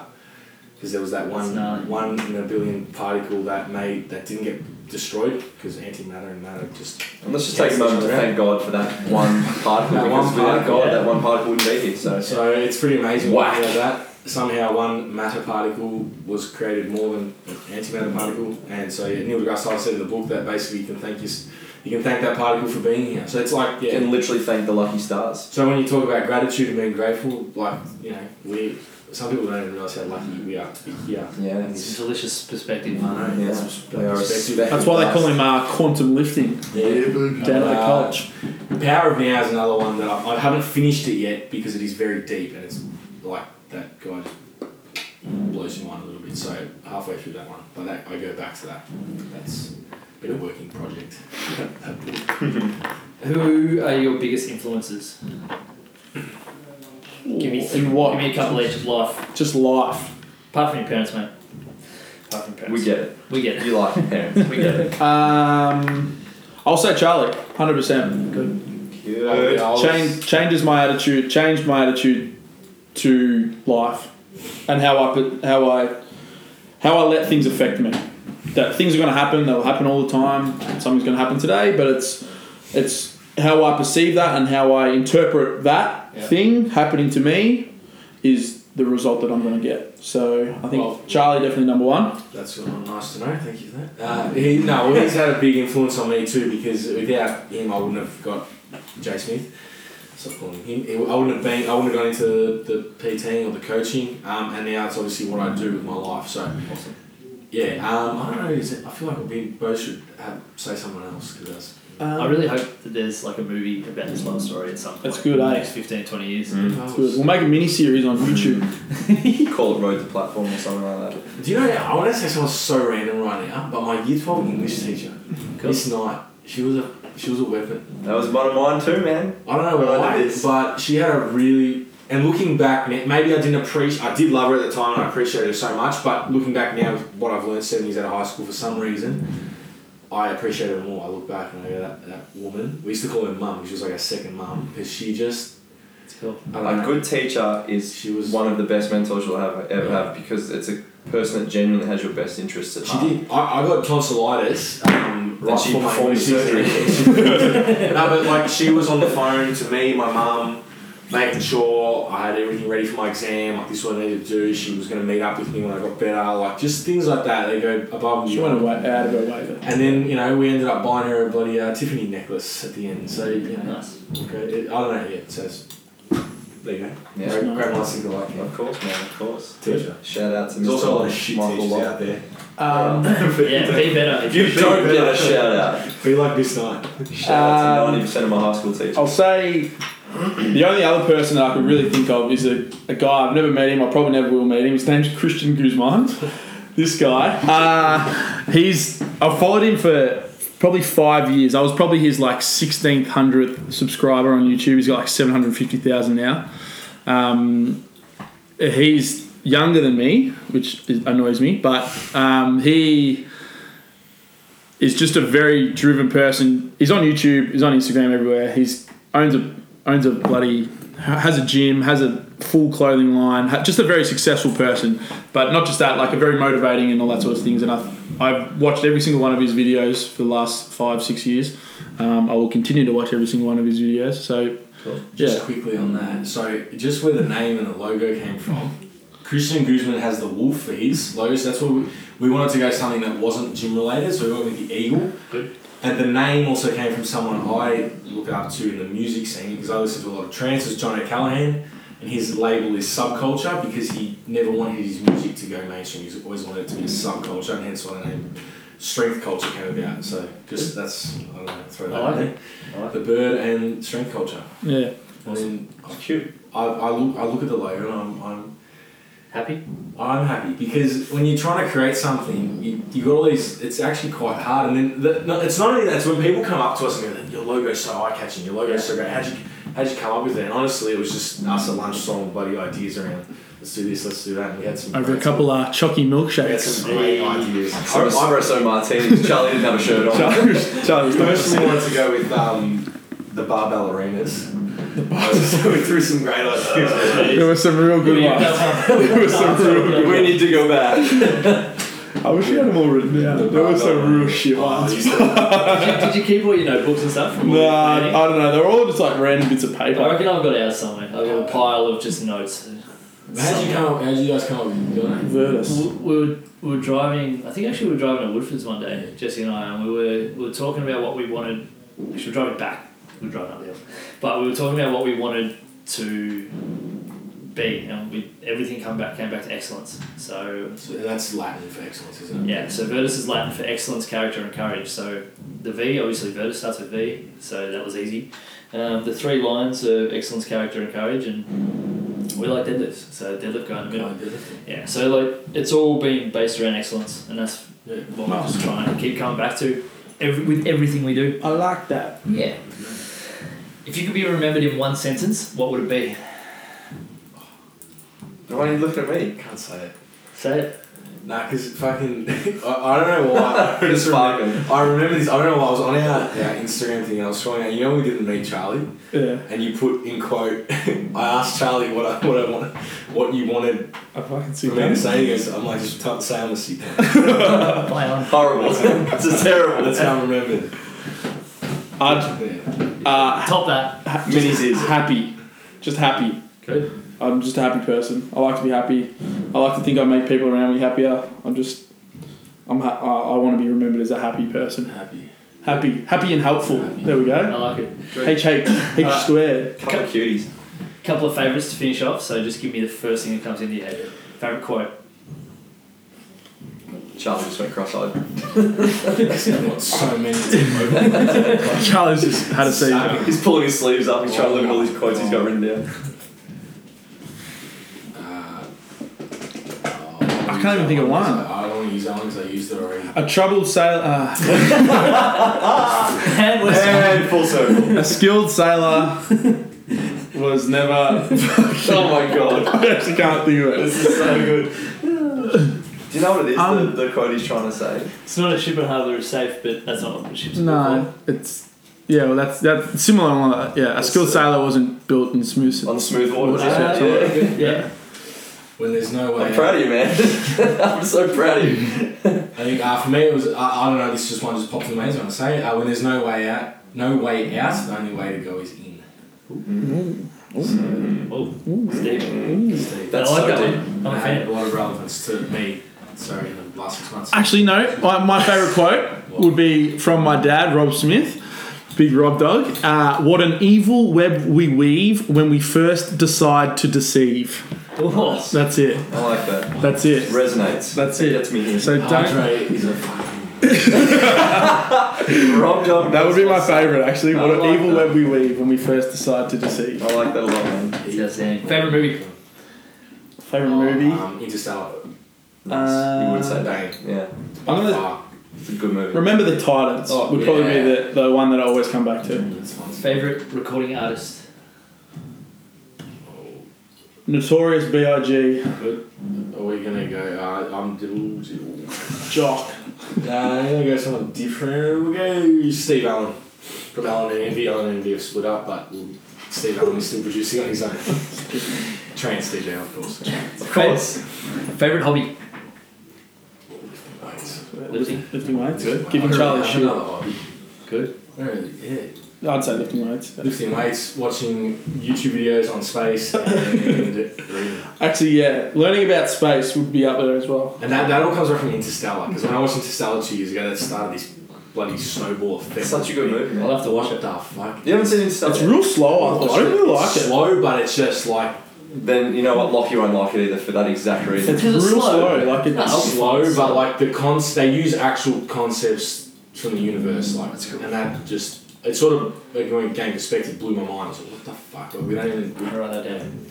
because there was that one
No.
one in a billion particle that made that didn't get destroyed because antimatter and matter just
And let's just take a moment to thank God for that one particle.
That
because
one
without
particle,
God,
yeah.
that one particle wouldn't be here. So
So it's pretty amazing when you
Whack.
know that somehow one matter particle was created more than an antimatter particle, and so yeah, Neil deGrasse Tyson said in the book that basically you can thank your, s- you can thank that particle for being here. So it's like
you
yeah.
can literally thank the lucky stars.
so when you talk about gratitude and being grateful, like you know we some people don't even realize how lucky we are. Yeah.
Yeah,
It's a
that's,
delicious perspective.
I know,
Yeah.
that's
They are a
perspective.
That's why they call him uh, quantum lifting
Yeah.
down at the
Uh,
college.
The Power of Now is another one that I, I haven't finished it yet because it is very deep and it's like that guy just blows your mind a little bit. So halfway through that one, but that I go back to that. That's been a working project.
Who are your biggest influences? Give me,
In what?
give me a couple each of life.
Just life.
Apart from your parents, mate. Apart from your parents.
we get it.
We get it.
You like it, parents. We get it.
Um, I'll say Charlie, hundred percent. Good.
Good.
Change, changes my attitude. Changed my attitude to life and how I put, how I how I let things affect me. That things are going to happen. They'll happen all the time. Something's going to happen today, but it's it's how I perceive that and how I interpret that
Yeah.
thing happening to me is the result that I'm going to get. So I think
Well-
Charlie definitely number one.
That's what- nice to know. Thank you for that. Uh, he, no, well, he's had a big influence on me too because without him, I wouldn't have got Jay Smith. Stop calling him. He- I wouldn't have been. I wouldn't have gone into the, the PTing or the coaching. Um, and now it's obviously what I do with my life. So awesome. Yeah. Um, I don't know. Is it, I feel like we both should have, say someone else because that's.
Um,
I really hope that there's like a movie about this love story at some point.
That's good,
in the
eh?
Next 15, 20 years.
Oh,
Good. We'll make a mini series on YouTube.
You call it road to platform or something like that.
Do you know? I want to say someone so random right now, but my year twelve English teacher, Miss Knight, she was a she was a weapon.
That was one of mine too, man.
I don't know
Well, I
why,
did this.
but she had a really. And looking back, ma- maybe I didn't appreciate. I did love her at the time, and I appreciated her so much. But looking back now, with what I've learned seven years out of high school, for some reason, I appreciate her more. I look back and I go, that, that woman. We used to call her mum. She was like a second mum because she just.
It's cool.
I don't
A
know.
good teacher is
She was-
one of the best mentors you'll have ever
Yeah.
have because it's a person that genuinely has your best interests at
She
heart.
did. I, I got tonsillitis. Um, right
she
before my
performed
English
surgery.
no, but like she was on the phone to me, my mum, making sure I had everything ready for my exam. Like this is what I needed to do. She was going to meet up with me when I got better. Like just things like that. They go above and
She went
beyond.
away, out of her way. But
And then you know we ended up buying her a bloody uh, Tiffany necklace at the end. So you know,
Nice.
okay, it, I don't know. Yeah, it says. There you go.
Yeah.
Great, great minds think alike. Yeah.
Of course, man. Of course.
Teacher.
Shout out to
There's also a lot of
Mr.
shit
Michael
teachers
Lock.
out there.
um,
Yeah, be better.
If you don't get a shout out,
Be like this night.
shout out
Um,
to 90% of my high school teachers.
I'll say the only other person that I could really think of is a, a guy I've never met him. I probably never will meet him. His name's Christian Guzman. This guy, uh, he's I followed him for probably five years. I was probably his like sixteenth hundredth subscriber on YouTube. He's got like seven hundred fifty thousand now. Um, he's younger than me, which is- annoys me, but um, he is just a very driven person. He's on YouTube, he's on Instagram everywhere. He's owns a owns a bloody has a gym, has a full clothing line. ha- Just a very successful person, but not just that, like a very motivating and all that sort of things. And I I've watched every single one of his videos for the last five six years. Um, I will continue to watch every single one of his videos. So
Just
Yeah.
quickly on that. So just where the name and the logo came from. Christian Guzman has the wolf for his logo, so that's what we, we wanted to go something that wasn't gym related, so we went with the eagle.
Good.
And the name also came from someone I look up to in the music scene because I listen to a lot of trance, it's John O'Callaghan, and his label is Subculture because he never wanted his music to go mainstream. He's always wanted it to be a subculture, and hence why the name Strength Culture came about. So just that's, I don't know, throw that
I like
in
it.
there. The bird and Strength Culture.
yeah,
And then
Oh,
Cute.
I, I look I look at the logo and I'm, I'm
Happy?
I'm happy because when you're trying to create something, you you got all these. It's actually quite hard. And then the, no, it's not only that. It's when people come up to us and go, "Your logo's so eye catching. Your logo's so great. How'd you how'd you come up with it?" And honestly, it was just us at lunch throwing bloody ideas around. Let's do this. Let's do that. And we had some
over a
great-
couple of chocky
We had
milkshakes.
some great ideas.
Some espresso martinis. Charlie didn't have a shirt on.
Charles, Charles,
We personally wanted to go with um, the barbell arenas.
going through some great ideas.
There were some real good ones. There were some real good
We need to go back.
I wish we had them all written down. There were some real shit ones.
did, you, did you keep all your notebooks and stuff from all your
Nah,
planning?
I don't know. They're all just like random bits of
I
paper.
reckon I've got ours somewhere. I've got a pile of just notes.
How'd you come? How'd you guys come up with your name?
Vertus.
We we were, we were driving. I think actually we were driving to Woodford's one day, Jesse and I, and we were we were talking about what we wanted. Actually, we were driving back. We were driving up the hill, but we were talking about what we wanted to be, and we, everything come back came back to excellence. So
So that's Latin for excellence, isn't it?
yeah, so Virtus is Latin for excellence, character, and courage. So the V, obviously, Virtus starts with V, so that was easy. Um, the three lines are excellence, character, and courage, and we like deadlifts, so deadlift guy in the middle. Yeah, so like it's all been based around excellence, and that's
Yeah.
what we're just trying to keep coming back to every, with everything we do.
I like that.
Yeah. If you could be remembered in one sentence, what would it be?
Why are you looking at me?
Can't say it.
Say it.
Nah, because fucking. I, I don't know why. I,
Just
just remember,
fucking.
I remember this. I don't know why. I was on our, our Instagram thing and I was showing out. You know, when we didn't meet Charlie.
Yeah.
And you put in quote, I asked Charlie what I, what I wanted, what you wanted
I fucking see
for me to
that.
say. He goes, I'm like, just t- say I'm a seat.
Play on.
Horrible. it's just terrible.
That's how I remembered.
I'd,
Yeah.
uh,
Top that.
ha-
Minis is.
happy. Just happy.
Good.
I'm just a happy person. I like to be happy. I like to think I make people around me happier. I'm just, I'm ha- I, I want to be remembered as a happy person.
Happy.
Happy, happy and helpful.
Happy.
There we
I
go.
like it.
H H H
Uh,
squared.
Couple of cuties.
Couple of favourites to finish off. So just give me the first thing that comes into your head. Favourite quote.
Charlie just went cross-eyed.
I've got so many. to go.
Charlie's just had a seizure.
He's pulling his sleeves up. He's trying to look at all these quotes he's got written down.
Uh, oh,
I can't even think of one.
I don't want to use that one because I used it already.
A troubled sailor, uh,
And let's-
And full circle.
a skilled sailor, was never.
Oh my god.
I actually can't think of it.
This is so good. Do you know what it is,
Um,
the, the quote he's trying to say?
it's not a ship and harbour is safe, but that's not what ships are built
No, it's yeah. Well, that's that's similar. On that. Yeah, a skilled sailor wasn't built in smooth.
On smooth waters.
Ah,
yeah.
for. Yeah.
When there's no way.
I'm proud of you, man. I'm so proud of you.
I think uh, for me it was I, I don't know this just one just popped in my head when I say it. uh, when there's no way out no way out the only way to go is in.
Oh, Steve.
Steve.
That's
I like
so
that
deep.
one. I'm a
that
fan.
had a lot of relevance to me. Sorry, in the last six months.
Actually, no. My, my favorite quote would be from my dad, Rob Smith, big Rob dog. Uh, what an evil web we weave when we first decide to deceive.
Oh,
That's it.
I like that.
That's
It
it.
resonates.
That's it.
it gets me here.
So don't.
Andre is a fucking
Rob Dog.
That would be my favorite, actually. What
I
an
like
evil
that.
web we weave when we first decide to deceive.
I like that a lot, man.
It's outstanding. Favourite movie?
Favorite movie.
Um, Interstellar.
Nice. you would say
Dang.
that.
Uh,
Yeah,
I'm gonna
Ah,
it's a good movie.
remember the Titans.
Oh,
would probably
yeah.
be the, the one that I always come back to.
this one's-
Favourite recording artist?
Notorious B.I.G.
Are we gonna go? Uh, I'm diddle diddle.
Jock.
Uh, I'm gonna go someone different. We'll go Steve Allen from Allen and Envy. Allen and Envy have split up, but Steve Allen is still producing on his own. Trans Steve Allen, of course.
Of course. Favorite hobby?
Nice.
Lifting.
Lifting weights.
Good.
Giving
I
Charlie
really
shit.
have another hobby.
Good.
I really- Yeah.
I'd say lifting weights.
Lifting weights, watching YouTube videos on space, and reading.
Actually, yeah, learning about space would be up there as well.
And that, that all comes right from Interstellar, because when I watched Interstellar two years ago, that started this bloody snowball effect.
It's such a good movie, man.
I'll have to watch
What
it.
the fuck?
You haven't seen Interstellar?
It's real slow. I, I don't really like it.
Slow, but it's just like
Then you know what? Lockie won't like it either for that exact reason.
It's
Because
real
it's
slow.
slow.
Like it's,
Oh.
No.
slow, but like the cons, they use actual concepts from the universe, like, and that just it sort of like when game perspective blew my mind. I was like, what the fuck? Like, we don't even
I'm gonna write that down.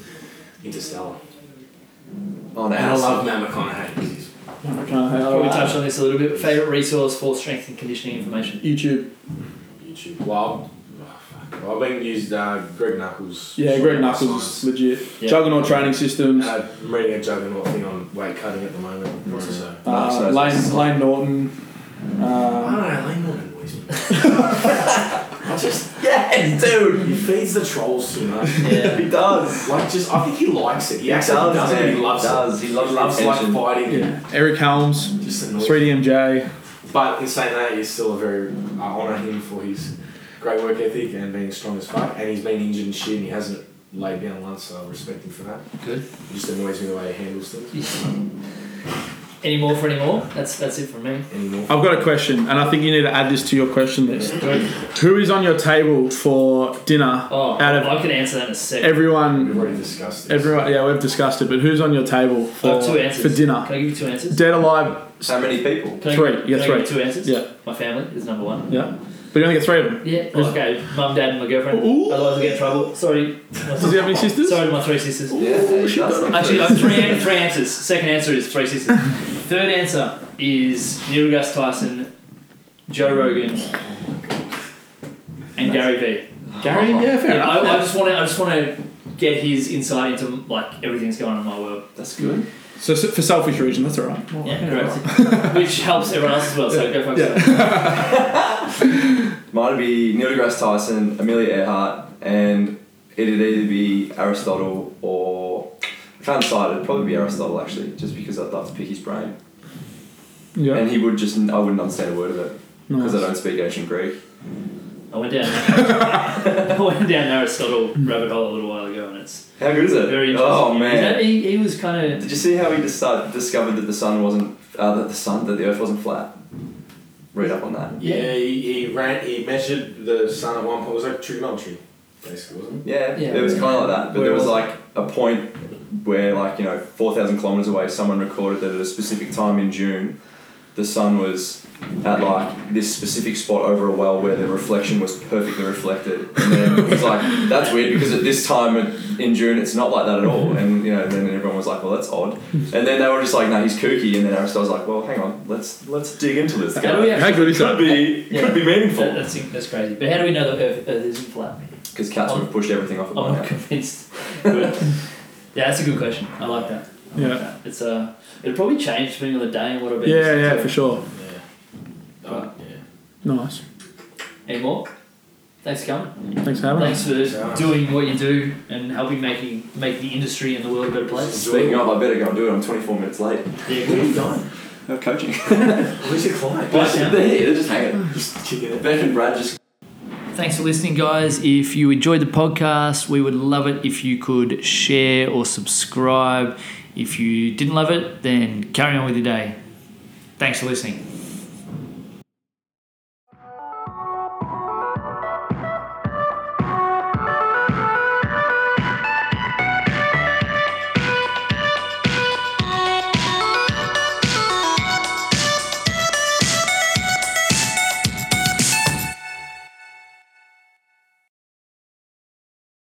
Interstellar.
On
And I
ass.
love Matt McConaughey. 'cause he's-
I can't handle
Probably
that.
touched on this a little bit. Favorite resource for strength and conditioning information?
YouTube.
YouTube. Well, oh, fuck. I've been used uh, Greg Knuckles.
Yeah, Greg Knuckles is
Science.
legit.
Yeah.
Juggernaut Training Systems.
Uh, I'm reading a Juggernaut thing on weight cutting at the moment. So.
uh,
so it's-
Lane, Lane Norton.
I
Uh,
don't know, Lane Norton annoys me.
I just
Yes, dude.
he feeds the trolls too much.
Yeah.
He does.
Like just I think he likes it. He, actually
does,
does, it.
man.
He loves
He does.
it.
He loves the
like
attention.
fighting
Yeah. Eric Helms,
and just annoys.
3DMJ.
But in saying that, he's still a very. I honour him for his great work ethic and being strong as fuck. And he's been injured and shit, and he hasn't laid down once, so I respect him for that.
Good.
It just annoys me the way he handles things
Any more for any more? That's that's it from me.
anymore.
I've got a question, and I think you need to add this to your question list. Who is on your table for dinner?
Oh,
Out of-
I can answer that in a second.
Everyone,
We've already discussed this.
everyone. Yeah, we've discussed it, but who's on your table
I
for
have two answers.
for dinner?
Can I give you two answers?
Dead alive.
How many people?
Can I-
Three.
Can
You
I
got
give
three.
you two answers.
Yeah.
My family is number one.
Yeah, but you only get three of them.
Yeah. oh, okay. Mum, dad, and my girlfriend.
Ooh.
Otherwise, I get in trouble. Sorry.
Does he have any sisters?
Sorry to my three sisters.
Yeah, he does.
Actually, I've three, three answers. Second answer is three sisters. Third answer is Neil deGrasse Tyson, Joe Rogan, and Gary Vee.
Gary. Yeah, fair
Yeah, I,
enough.
I just want to. I just want to get his insight into like everything that's going on in my world.
That's good.
So s- for selfish reason, that's all right.
Yeah, correct. Which helps everyone else as well. So go for it.
Mine would be Neil deGrasse Tyson, Amelia Earhart, and it'd either be Aristotle or I can't decide. It'd probably be Aristotle actually, just because I'd love to pick his brain,
Yeah.
and he would just I wouldn't understand a word of it because I
Nice.
don't speak ancient Greek.
I went down. I went down Aristotle rabbit hole a little while ago, and it's
How good is it?
very interesting.
oh
Is
man.
that- he, he was kind of
Did you see how he just uh, discovered that the sun wasn't uh, that the sun that the Earth wasn't flat? Read up on that.
Yeah.
Yeah, he, he ran. He measured the sun at one point. It was like trigonometry, basically, wasn't
Yeah,
Yeah.
it was kind of like that. But
Where
there was
was it?
like a point where, like you know, four thousand kilometers away, someone recorded that at a specific time in June, the sun was at like this specific spot over a well where the reflection was perfectly reflected. And then it was like that's weird because at this time in June it's not like that at all. And you know, then everyone was like, well, that's odd. And then they were just like, no, he's kooky. And then Aristotle's like, well, hang on, let's let's dig into this.
How do we
guy."
How good is
could
that?
be
Yeah.
could be
that,
meaningful
that's that's crazy. But how do we know that Earth, Earth isn't flat?
because cats would have pushed everything off of
I'm
my
not convinced. Good. yeah, that's a good question. I like that. I
Yeah.
Like that. It's uh, it'll probably change depending on the day and what it is.
Yeah, yeah, for sure.
it? Yeah. Uh, yeah.
Nice.
Any more? Thanks for coming.
Thanks for having us.
Thanks for doing what you do and helping making make the industry and the world a better place.
Speaking of, I better go and do it. I'm 24 minutes late.
Yeah, good.
No coaching.
Who's your client?
Bye now.
They're here, they're just hanging.
Just kicking it.
Beck and Brad just
Thanks for listening, guys. If you enjoyed the podcast, we would love it if you could share or subscribe. If you didn't love it, then carry on with your day. Thanks for listening.